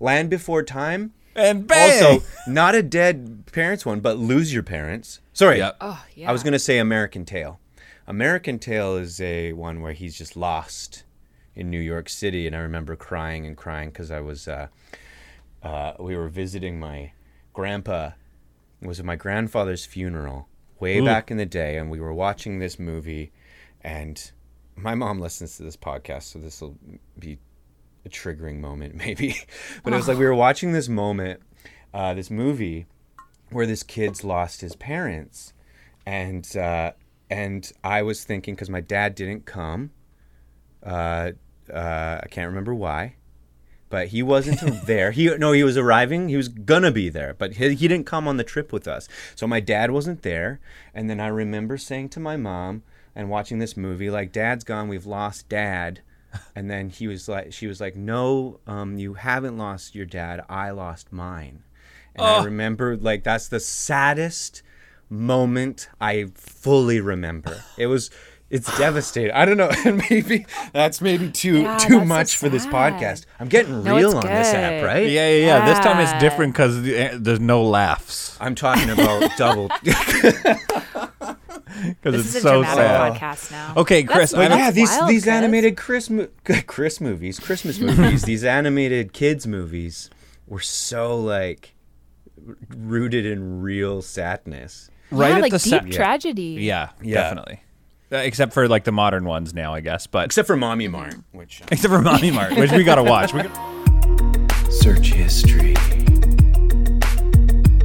S4: Land Before Time.
S2: and bang.
S4: Also, not a dead parents one, but lose your parents. Sorry.
S2: Yep.
S3: yeah.
S4: I was going to say American Tale. American Tale is a one where he's just lost in New York City and I remember crying and crying cuz I was uh, uh, we were visiting my grandpa it was at my grandfather's funeral way back in the day and we were watching this movie and my mom listens to this podcast so this will be a triggering moment maybe but it was like we were watching this moment uh, this movie where this kid's lost his parents and uh, and i was thinking because my dad didn't come uh, uh, i can't remember why but he wasn't there. He no, he was arriving. He was gonna be there, but he, he didn't come on the trip with us. So my dad wasn't there, and then I remember saying to my mom and watching this movie like, "Dad's gone. We've lost Dad." And then he was like, she was like, "No, um, you haven't lost your dad. I lost mine." And
S3: Oh.
S4: I remember like that's the saddest moment I fully remember. It was. It's devastating. I don't know. maybe that's maybe too
S3: Yeah,
S4: too
S3: that's so
S4: much for this
S3: sad.
S4: podcast. I'm getting
S3: No,
S4: real
S3: it's
S4: on this app,
S3: good.
S4: right?
S2: yeah, yeah, yeah. This time it's
S3: Yeah.
S2: different because there's no laughs
S4: I'm talking about double.
S2: because
S3: This
S2: it's
S3: is a
S2: so
S3: dramatic
S2: sad.
S3: podcast now.
S2: Okay, Chris,
S3: That's
S2: I
S4: but
S2: don't-
S4: yeah, these
S3: wild,
S4: these
S3: Chris.
S4: animated Chris mo- Chris movies, Christmas movies, these animated kids movies were so like r- rooted in real sadness.
S2: right
S3: yeah,
S2: at
S3: like
S2: the
S3: deep
S2: sa- yeah.
S3: tragedy.
S2: Yeah,
S4: Yeah.
S2: definitely. Uh, except for like the modern ones now, I guess. But
S4: Except for Mommy Mart,
S3: Mm-hmm.
S4: which uh,
S2: except for Monty Mart, which we gotta watch. We got-
S5: Search history.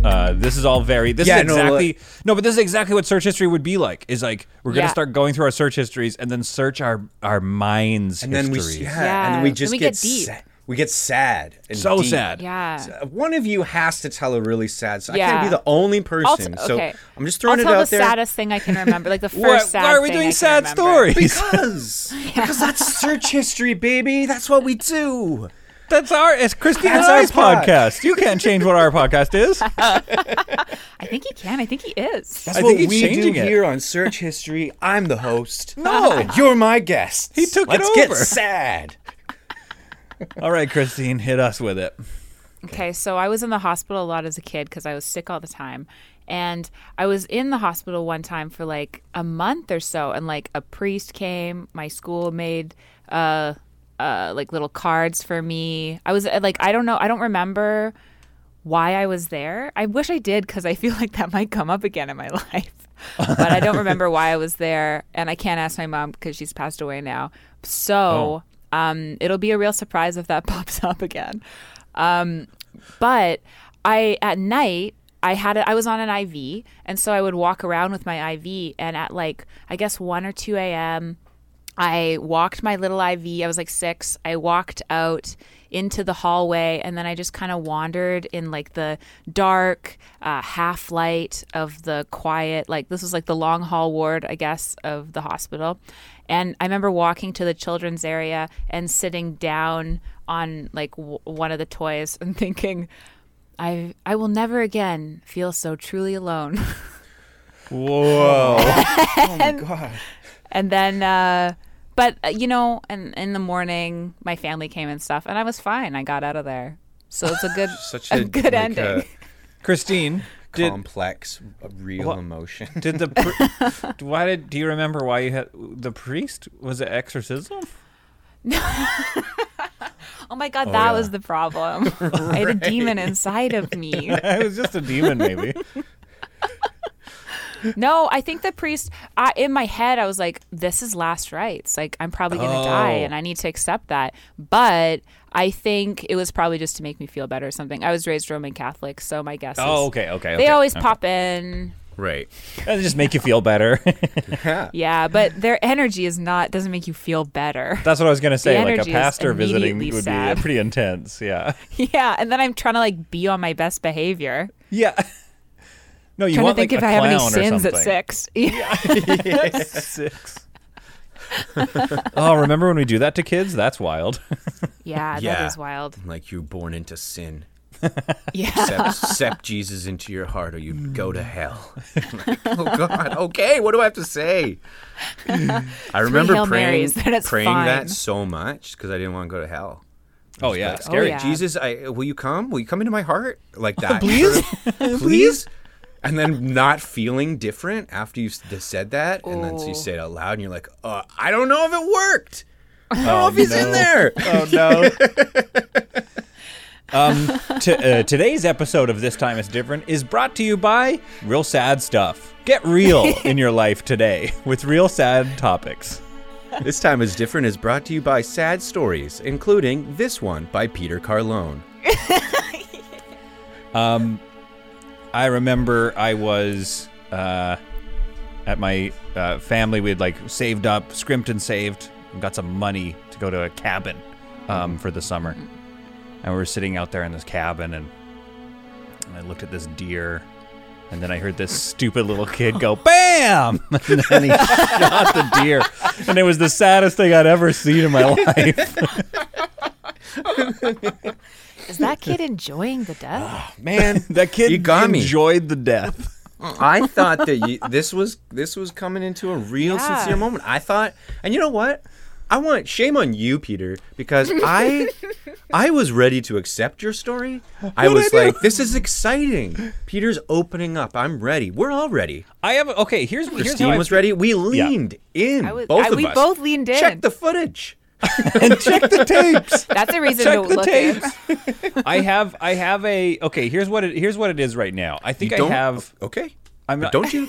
S2: uh, this is all very. This
S4: Yeah,
S2: is
S4: no, like-
S2: exactly no, but this is exactly what search history would be like. Is like we're gonna
S3: Yeah.
S2: start going through our search histories and then search our our minds.
S4: and then we
S2: histories.
S4: yeah, and then we
S3: Yeah,
S4: just
S3: then we
S4: get,
S3: get deep.
S4: sa- we get sad and
S2: so
S4: deep.
S2: sad.
S3: Yeah.
S4: So One of you has to tell a really sad. So I
S3: Yeah.
S4: can't be the only
S3: I'll
S4: person.
S3: t-
S4: so
S3: okay.
S4: I'm just throwing
S3: I'll
S4: it
S3: tell
S4: out
S3: the
S4: there.
S3: saddest thing I can remember, like the first
S2: Why,
S3: sad.
S2: why are we
S3: thing I
S2: doing
S3: can
S2: sad
S3: remember.
S2: stories?
S4: Because because that's search history, baby. That's what we do.
S2: That's our it's Christine and
S4: That's our
S2: I's
S4: pod.
S2: podcast. You can't change what our podcast is.
S3: I think he can. I think he is.
S4: That's
S2: I
S4: what
S2: think he's
S4: we
S2: changing
S4: do
S2: it.
S4: here on Search History. I'm the host.
S2: No.
S4: And you're my guest.
S2: He took it
S4: Let's
S2: over.
S4: get sad.
S2: All right, Christine, hit us with it.
S3: Okay, so I was in the hospital a lot as a kid because I was sick all the time. And I was in the hospital one time for like a month or so, and like a priest came. My school made uh, uh, like little cards for me. I was uh, like, I don't know, I don't remember why I was there. I wish I did because I feel like that might come up again in my life. but I don't remember why I was there, and I can't ask my mom because she's passed away now. So um, it'll be a real surprise if that pops up again. Um, but I at night I had a, I was on an IV, and so I would walk around with my IV, and at like I guess one or two a.m. I walked my little IV. I was like six. I walked out into the hallway and then I just kind of wandered in like the dark uh, half light of the quiet, like this was like the long hall ward, I guess, of the hospital. And I remember walking to the children's area and sitting down on like w- one of the toys and thinking, I, I will never again feel so truly alone.
S2: Whoa.
S4: Oh my god.
S3: and then uh but uh, you know and in the morning my family came and stuff and i was fine i got out of there so it's a good
S4: Such
S3: a,
S4: a
S3: good
S4: like,
S3: ending
S4: uh,
S2: Christine, did
S4: complex, uh, real
S2: What?
S4: emotion.
S2: did the pri- why did do you remember why you had the priest was it exorcism?
S3: oh my god that was the problem i had a demon inside of me
S2: it was just a demon maybe.
S3: no i think the priest I, in my head i was like this is last rites like i'm probably gonna die
S2: Oh.
S3: and i need to accept that but i think it was probably just to make me feel better or something i was raised roman catholic so my guess
S2: Oh,
S3: is
S2: okay, okay.
S3: they
S2: okay.
S3: always
S2: Okay.
S3: pop in
S4: right.
S2: That'll just make you feel better.
S3: Yeah, but their energy is not doesn't make you feel better.
S2: That's what I was gonna say. Like a
S3: energy is
S2: pastor visiting
S3: immediately
S2: would
S3: sad.
S2: be pretty intense. Yeah.
S3: yeah, and then I'm trying to like be on my best behavior.
S2: Yeah. No, you
S3: trying to
S2: want
S3: think
S2: like
S3: if
S2: a
S3: I have any
S2: clown or
S3: sins at
S2: something.
S3: six. Yeah.
S2: Six. oh, remember when we do that to kids? That's wild.
S3: yeah,
S4: Yeah.
S3: that is wild.
S4: Like you're born into sin.
S3: Yeah.
S4: Accept, accept Jesus into your heart, or you go to hell. Like, oh God. Okay, what do I have to say? I remember
S3: Hail
S4: praying,
S3: Marys, then it's
S4: praying
S3: fine.
S4: that so much because I didn't want to go to hell.
S2: Oh yeah,
S4: Like,
S2: scary.
S3: yeah.
S4: Jesus, I will you come? Will you come into my heart like that? please, please. And then not feeling different after you s- said that, and then so you say it out loud, and you're like, uh, I don't know if it worked. I don't know if he's in there.
S2: Oh no. um, t- uh, today's episode of This Time Is Different is brought to you by Real Sad Stuff. Get real in your life today with real sad topics.
S4: This Time is Different is brought to you by Sad Stories, including this one by Peter Carlone.
S2: I remember I was uh, at my uh, family. We had like saved up, scrimped and saved, and got some money to go to a cabin um, for the summer. And we were sitting out there in this cabin, and, and I looked at this deer, and then I heard this stupid little kid go, "Bam!" And then he shot the deer, and it was the saddest thing I'd ever seen in my life.
S3: Is that kid enjoying the death?
S4: Man,
S2: That kid
S4: you got me.
S2: enjoyed the death.
S4: I thought that you, this was this was coming into a real
S3: Yeah.
S4: sincere moment. I thought, and you know what? I want shame on you, Peter, because I I was ready to accept your story. I was like, this is exciting. Peter's opening up. I'm ready. We're all ready.
S2: I have okay. Here's here's how
S4: Christine
S2: I
S4: was ready. We leaned in.
S3: I was-
S4: both
S3: I-
S4: of
S3: we
S4: us.
S3: both leaned in.
S4: Check the footage.
S2: and check the tapes.
S3: That's a reason
S2: Check
S3: to
S2: the
S3: look
S2: tapes.
S3: at.
S2: I have I have a okay. Here's what it here's what it is right now. I think I
S4: don't
S2: have.
S4: okay.
S2: I'm
S4: But
S2: not-
S4: don't you.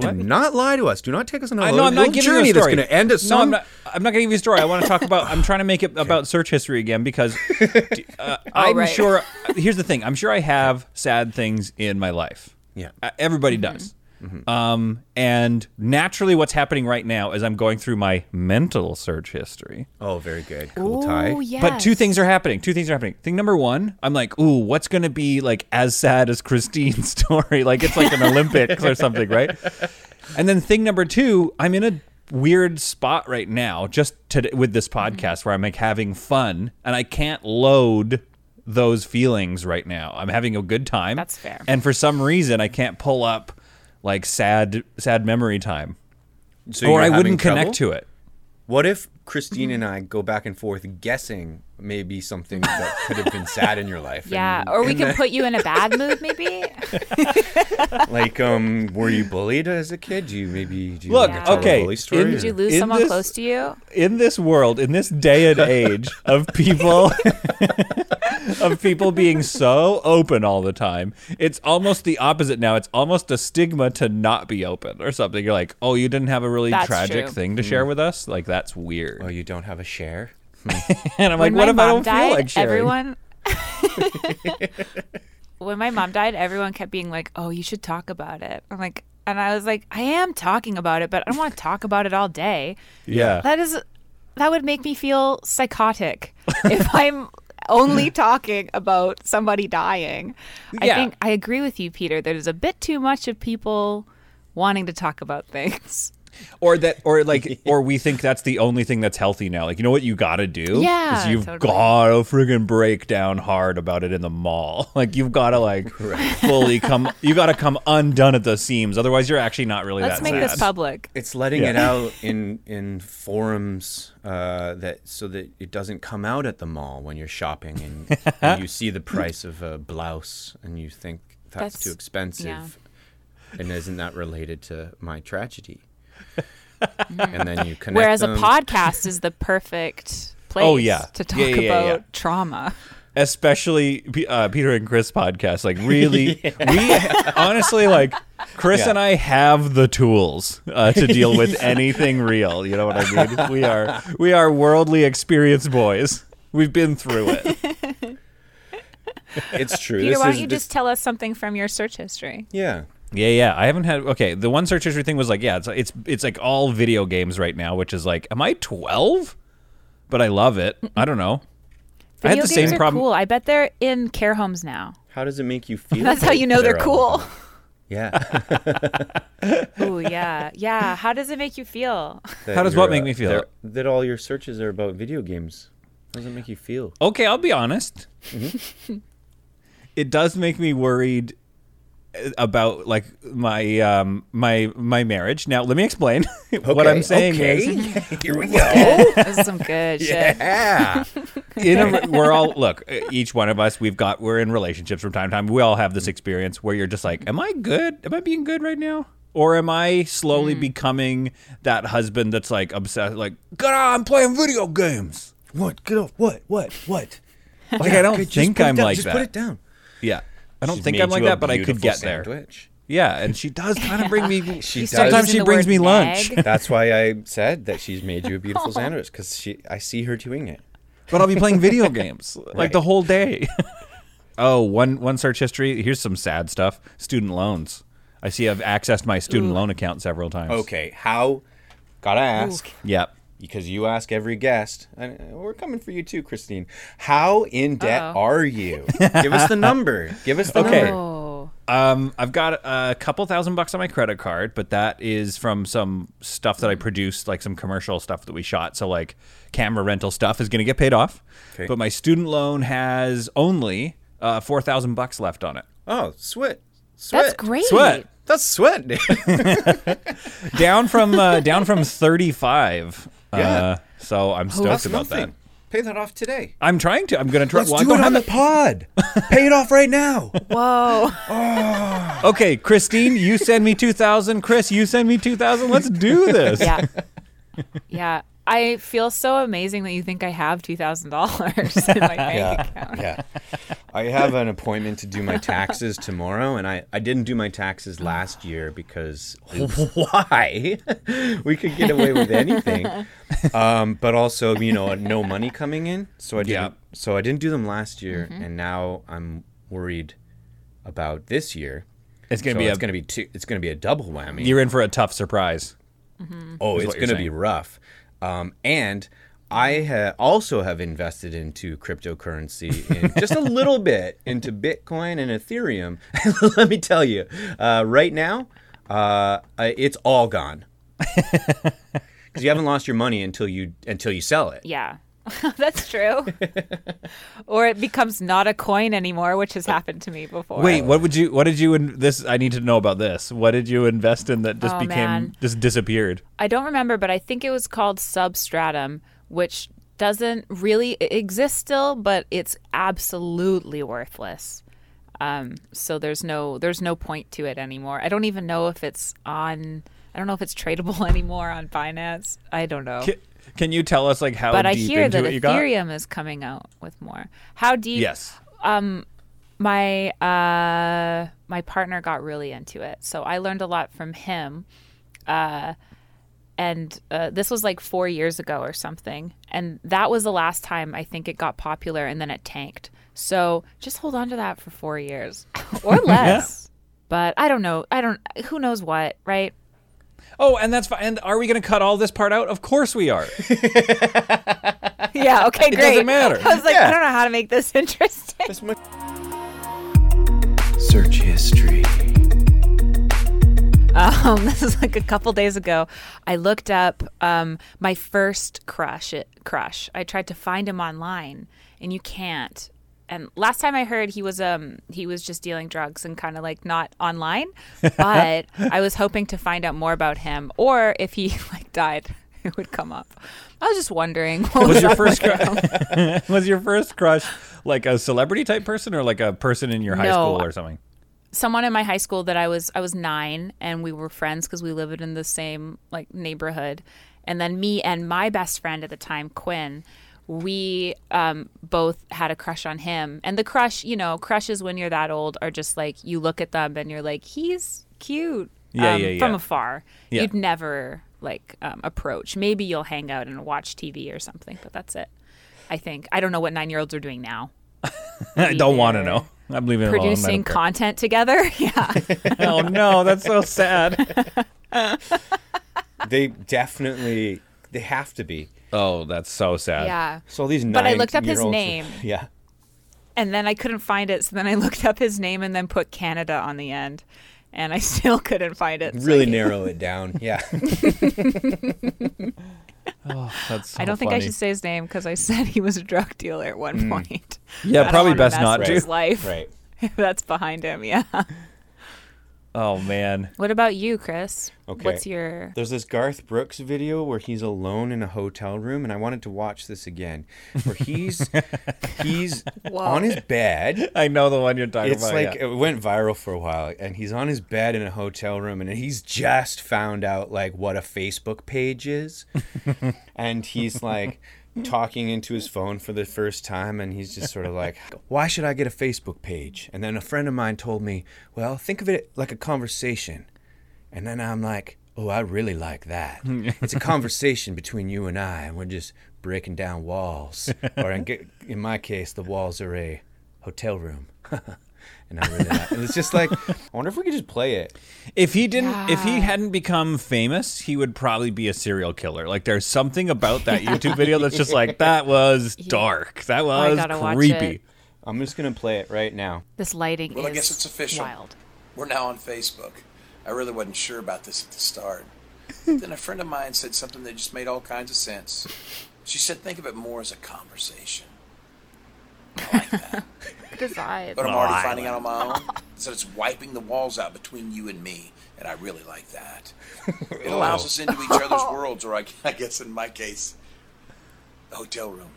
S4: Do not lie to us. Do not take us on a
S2: I know
S4: little-
S2: I'm not
S4: little
S2: giving
S4: Oh, journey
S2: you a
S4: that's
S2: story.
S4: going to end us.
S2: no, I'm
S4: some-
S2: not. I'm not going to give you a story. I want to talk about. I'm trying to make it about search history again because d- uh, I'm
S3: right.
S2: sure. Here's the thing. I'm sure I have sad things in my life.
S4: Yeah. Mm-hmm.
S2: Uh, everybody does. Um, and naturally, what's happening right now is I'm going through my mental search history.
S4: Oh, very good. Cool tie.
S3: Oh yeah.
S2: But two things are happening. Two things are happening. Thing number one, I'm like, ooh, what's gonna be like as sad as Christine's story? Like it's like an Olympics or something, right? And then thing number two, I'm in a weird spot right now, just to, with this
S3: Mm-hmm.
S2: podcast where I'm like having fun and I can't load those feelings right now. I'm having a good time.
S3: That's fair.
S2: And for some reason, I can't pull up like sad, sad memory time,
S4: So
S2: or
S4: you're
S2: I
S4: having
S2: wouldn't
S4: trouble?
S2: connect to it.
S4: What if Christine and I go back and forth guessing maybe something that could have been sad in your life?
S3: Yeah,
S4: and-
S3: or we
S4: and
S3: can
S4: that-
S3: put you in a bad mood, maybe.
S4: like um, were you bullied as a kid? Do you maybe do you
S2: Look,
S4: wanna tell a
S2: okay,
S4: bully story?
S2: in-
S4: or-
S3: Did you lose
S2: In
S3: someone
S2: this-
S3: close to you?
S2: in this world, in this day and age of people of people being so open all the time, it's almost the opposite now. It's almost a stigma to not be open or something. You're like, oh, you didn't have a really
S3: That's
S2: tragic
S3: true.
S2: thing to share with us. Like that's weird.
S4: oh, you don't have a share.
S2: and I'm like,
S3: When
S2: what
S3: my
S2: if I
S3: mom
S2: don't
S3: died,
S2: feel like sharing?
S3: Everyone. when my mom died, everyone kept being like, "Oh, you should talk about it." I'm like, and I was like, "I am talking about it, but I don't want to talk about it all day."
S2: yeah.
S3: That is, that would make me feel psychotic if I'm only talking about somebody dying. I
S2: Yeah.
S3: think I agree with you, Peter. There's a bit too much of people wanting to talk about things.
S2: or that or like or we think that's the only thing that's healthy now like you know what you gotta do
S3: Yeah,
S2: is you've
S3: totally.
S2: gotta friggin' break down hard about it in the mall like you've gotta like fully come you gotta come undone at the seams otherwise you're actually not really
S3: Let's
S2: that
S3: make
S2: sad.
S3: this public.
S4: It's letting
S2: Yeah.
S4: it out in in forums uh, that so that it doesn't come out at the mall when you're shopping and, and you see the price of a blouse and you think that's,
S3: That's-
S4: too expensive.
S3: yeah.
S4: And isn't that related to my tragedy? and then you connect.
S3: Mm-hmm. Whereas
S4: them.
S3: a podcast is the perfect place
S2: Oh, yeah.
S3: to talk
S2: Yeah, yeah, yeah,
S3: about
S2: yeah.
S3: trauma.
S2: especially P- uh, Peter and Chris podcast. Like, really, we honestly like Chris and I have the tools uh, to deal with anything real. You know what I mean? We are we are worldly experienced boys. We've been through it.
S4: It's true.
S3: Peter,
S4: This
S3: why
S4: is-
S3: don't you
S4: this-
S3: just tell us something from your search history?
S4: Yeah.
S2: Yeah, yeah. I haven't had okay. The one search history thing was like, yeah, it's it's it's like all video games right now, which is like, am I twelve? But I love it. I don't know. I had
S3: Video
S2: the
S3: games
S2: same
S3: are
S2: problem.
S3: cool. I bet they're in care homes now.
S4: How does it make you feel?
S3: That's how
S4: that
S3: you know they're
S4: all-
S3: cool.
S4: Yeah.
S3: Ooh, yeah. Yeah. How does it make you feel?
S2: How does what make me feel?
S4: That, all your searches are about video games. How does it make you feel?
S2: Okay, I'll be honest.
S3: Mm-hmm.
S2: it does make me worried uh, about like my um my my marriage. Now, let me explain. what I'm saying is
S4: Here we go.
S2: Oh.
S3: this is some good shit.
S4: yeah.
S2: in a, we're all look, uh, each one of us we've got we're in relationships from time to time. We all have this experience where you're just like, am I good? Am I being good right now? Or am I
S4: Mm.
S2: slowly becoming that husband that's like obsessed like, "God, I'm playing video games."
S4: What? Get off. What? What? What?
S2: Like I don't think I'm like
S4: just
S2: that.
S4: put it down.
S2: Yeah. I don't think I'm like that, but I could get there. Yeah, and she does kind of bring me.
S4: She
S2: sometimes
S4: does.
S3: using
S2: she
S3: the
S2: brings
S3: word
S2: me lunch,
S3: nag.
S4: That's why I said that she's made you a beautiful sandwich because she. I see her doing it.
S2: but I'll be playing video games like the whole day. oh, one one search history. Here's some sad stuff. Student loans. I see I've accessed my student loan account several times.
S4: Okay. How? Gotta ask
S2: Yep.
S4: because you ask every guest, and uh, we're coming for you too, Christine. How in debt
S3: Uh-oh.
S4: are you? Give us the number. Give us the
S2: Okay.
S4: number.
S3: Oh.
S2: Um, I've got a couple thousand bucks on my credit card, but that is from some stuff that I produced, like some commercial stuff that we shot. So like camera rental stuff is going to get paid off.
S4: Okay.
S2: But my student loan has only uh, four thousand bucks left on it.
S4: Oh, sweat. Sweat.
S3: That's great.
S2: Sweat.
S4: That's sweat. dude.
S2: down from uh, down from 35. Uh,
S4: Yeah.
S2: so
S3: Oh,
S2: I'm stoked
S4: That's
S2: about
S4: nothing.
S2: that.
S4: Pay that off today.
S2: I'm trying to. I'm gonna try.
S4: Let's
S2: well, I
S4: do
S2: don't
S4: it on
S2: have
S4: the pod. Pay it off right now.
S3: Whoa.
S2: it. Okay, Christine, you send me two thousand. Chris, you send me two thousand. Let's do this.
S3: Yeah. Yeah. I feel so amazing that you think I have $2,000 in my bank account.
S4: Uh, yeah. I have an appointment to do my taxes tomorrow, and I, I didn't do my taxes last year because why? we could get away with anything, um, but also you know no money coming in, so I didn't.
S2: Yeah. Mm-hmm.
S4: So I didn't do them last year, and now I'm worried about this year.
S2: It's gonna
S4: So
S2: be
S4: it's
S2: a.
S4: gonna be two, it's gonna be a double whammy.
S2: you're in for a tough surprise.
S4: Oh,
S2: is
S4: it's
S2: what you're
S4: going to be rough. Um, and I ha- also have invested into cryptocurrency in just a little bit into Bitcoin and Ethereum. Let me tell you, uh, right now, uh, I- it's all gone. because you haven't lost your money until you until you sell it.
S3: Yeah. That's true. or it becomes not a coin anymore, which has happened to me before.
S2: Wait, what would you? What did you? In, this I need to know about this. What did you invest in that just
S3: Oh,
S2: became
S3: man.
S2: just disappeared?
S3: I don't remember, but I think it was called Substratum, which doesn't really e-, exist still, but it's absolutely worthless. Um, so there's no there's no point to it anymore. I don't even know if it's on. I don't know if it's tradable anymore on Binance. I don't know.
S2: Can, can you tell us like how
S3: but
S2: deep
S3: I hear
S2: into
S3: that
S2: it you got?
S3: Ethereum is coming out with more. How deep?
S2: Yes.
S3: my uh my partner got really into it so i learned a lot from him uh and uh, this was like four years ago or something and that was the last time i think it got popular and then it tanked so just hold on to that for four years or less but i don't know i don't who knows what right
S2: Oh, and that's fine. And are we going to cut all this part out? Of course we are.
S3: yeah okay
S2: It
S3: great
S2: doesn't matter.
S3: i was like i don't know how to make this interesting
S5: Search history.
S3: Um, this is like a couple days ago. I looked up um, my first crush. Crush. I tried to find him online, and you can't. And last time I heard, he was um he was just dealing drugs and kind of like not online. But I was hoping to find out more about him, or if he like died, it would come up. I was just wondering. What
S2: Was
S3: was
S2: your
S3: up
S2: first
S3: with
S2: crush
S3: him.
S2: was your first crush like a celebrity type person or like a person in your high
S3: No.
S2: school or something?
S3: someone in my high school that I was I was nine and we were friends because we lived in the same like neighborhood, and then me and my best friend at the time Quinn, we um, both had a crush on him. And the crush, you know, crushes when you're that old are just like you look at them and you're like he's cute.
S2: Yeah,
S3: um,
S2: yeah,
S3: From
S2: yeah.
S3: afar,
S2: Yeah.
S3: you'd never like um, approach. Maybe you'll hang out and watch TV or something, but that's it. I think I don't know what nine year olds are doing now.
S2: I don't want to
S3: Either
S2: know. I'm leaving it alone. I don't
S3: Producing
S2: care.
S3: content together, yeah.
S2: Oh no, that's so sad.
S4: They definitely they have to be.
S2: oh, that's so sad.
S3: Yeah.
S4: So all these
S3: But I
S4: nine
S3: looked up his
S4: year olds-
S3: name.
S4: Yeah.
S3: And then I couldn't find it, so then I looked up his name and then put Canada on the end. And I still couldn't find it. so
S4: Really
S3: I-
S4: narrow it down. Yeah.
S2: That's so
S3: I don't think I
S2: funny.
S3: should say his name because I said he was a drug dealer at one
S4: Hmm.
S3: point.
S2: Yeah,
S3: I don't
S2: probably
S3: wanna
S2: best
S3: mess
S2: not
S3: with
S2: to.
S3: His life.
S4: right.
S3: If that's behind him. Yeah.
S2: Oh man.
S3: What about you, Chris?
S4: Okay.
S3: What's your?
S4: There's this Garth Brooks video where he's alone in a hotel room, and I wanted to watch this again, where he's he's on his bed.
S2: I know the one you're talking
S4: It's
S2: about.
S4: like
S2: yeah.
S4: it went viral for a while, and he's on his bed in a hotel room, and he's just found out like what a Facebook page is, and he's like talking into his phone for the first time, and he's just sort of like, "Why should I get a Facebook page?" And then a friend of mine told me, "Well, think of it like a conversation," and then I'm like. Oh, I really like that. It's a conversation between you and I, and we're just breaking down walls. Or, in, ge- in my case, the walls are a hotel room. and I really like. And it's just like I wonder if we could just play it.
S2: if he didn't if he hadn't become famous, he would probably be a serial killer. Like there's something about that YouTube video that's just like that was dark. That was
S3: Oh, gotta watch
S2: creepy.
S3: it.
S4: I'm just gonna play it right now.
S3: This lighting
S7: Well,
S3: is
S7: I guess it's official.
S3: wild.
S7: We're now on Facebook. I really wasn't sure about this at the start. But then a friend of mine said something that just made all kinds of sense. She said, think of it more as a conversation.
S4: Oh.
S7: But I'm already finding out on my own that it's wiping the walls out between you and me, and I really like that. It allows us into each other's worlds, or I, I guess in my case, a hotel room.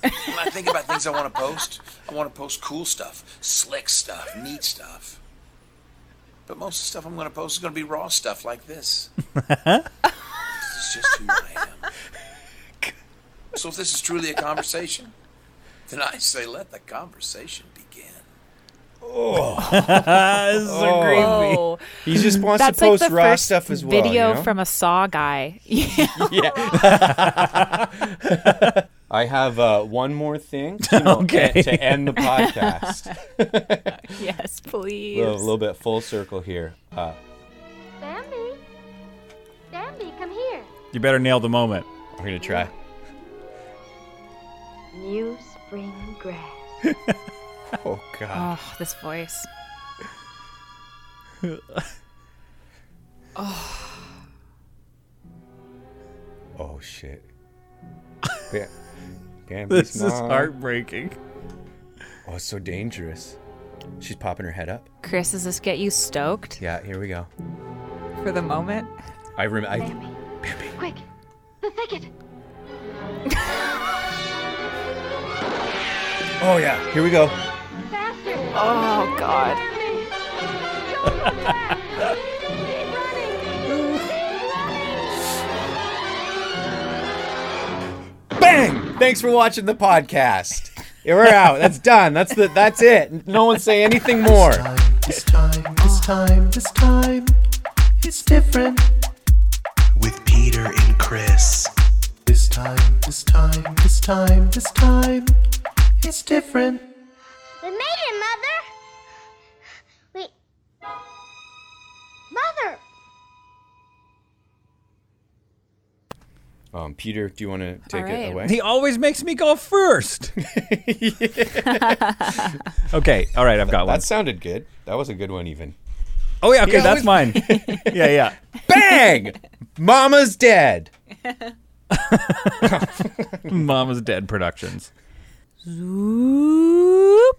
S7: when I think about things I want to post, I want to post cool stuff, slick stuff, neat stuff. But most of the stuff I'm going to post is going to be raw stuff like this. this is just who I am. So if this is truly a conversation, then I say let the conversation begin.
S3: Oh,
S4: He just wants
S3: that's
S4: to
S3: like
S4: post
S3: the
S4: raw
S3: first
S4: stuff as well.
S3: video
S4: you know?
S3: from a Saw guy.
S4: I have uh, one more thing. you know,
S2: Okay.
S4: e- To end the podcast,
S3: yes,
S4: a
S3: please.
S4: little, little bit full circle here. Uh,
S8: Bambi? Bambi, come here.
S2: You better nail the moment.
S4: we're gonna try.
S8: New spring grass.
S4: Oh God.
S3: Oh, this voice. oh.
S4: Oh shit. Yeah. Bambi's
S2: This is
S4: mom.
S2: heartbreaking.
S4: Oh, it's so dangerous. She's popping her head up.
S3: Chris, does this get you stoked
S4: Yeah, here we go.
S3: for the moment?
S4: I rem- I
S8: Bambi. Quick, the thicket.
S4: Oh yeah, here we go.
S8: Faster.
S3: Oh God.
S8: Bambi. Don't look back. Keep running. Keep running.
S4: Bang! Thanks for watching the podcast. Yeah, we're out. That's done. That's the that's it. No one say anything more.
S5: time, this time, this time, this time, it's different. With Peter and Chris. This time, this time, this time, this time, it's different.
S8: We made it, Mother. We. Mother.
S4: Um, Peter, do you want to take
S3: right.
S4: it away?
S2: He always makes me go first. okay, all right, I've got one.
S4: That sounded good. That was a good one, even.
S2: Oh yeah, okay,
S4: Yeah,
S2: that's
S4: we-
S2: mine. yeah, yeah.
S4: Bang! Mama's dead.
S2: Mama's Dead Productions.
S3: Zoop.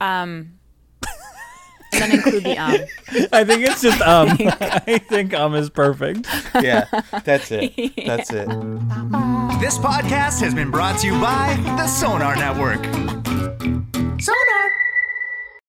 S3: Um. Doesn't include the um.
S2: I think it's just um. I think um is perfect.
S4: Yeah, that's it. That's it.
S9: This podcast has been brought to you by the Sonar Network.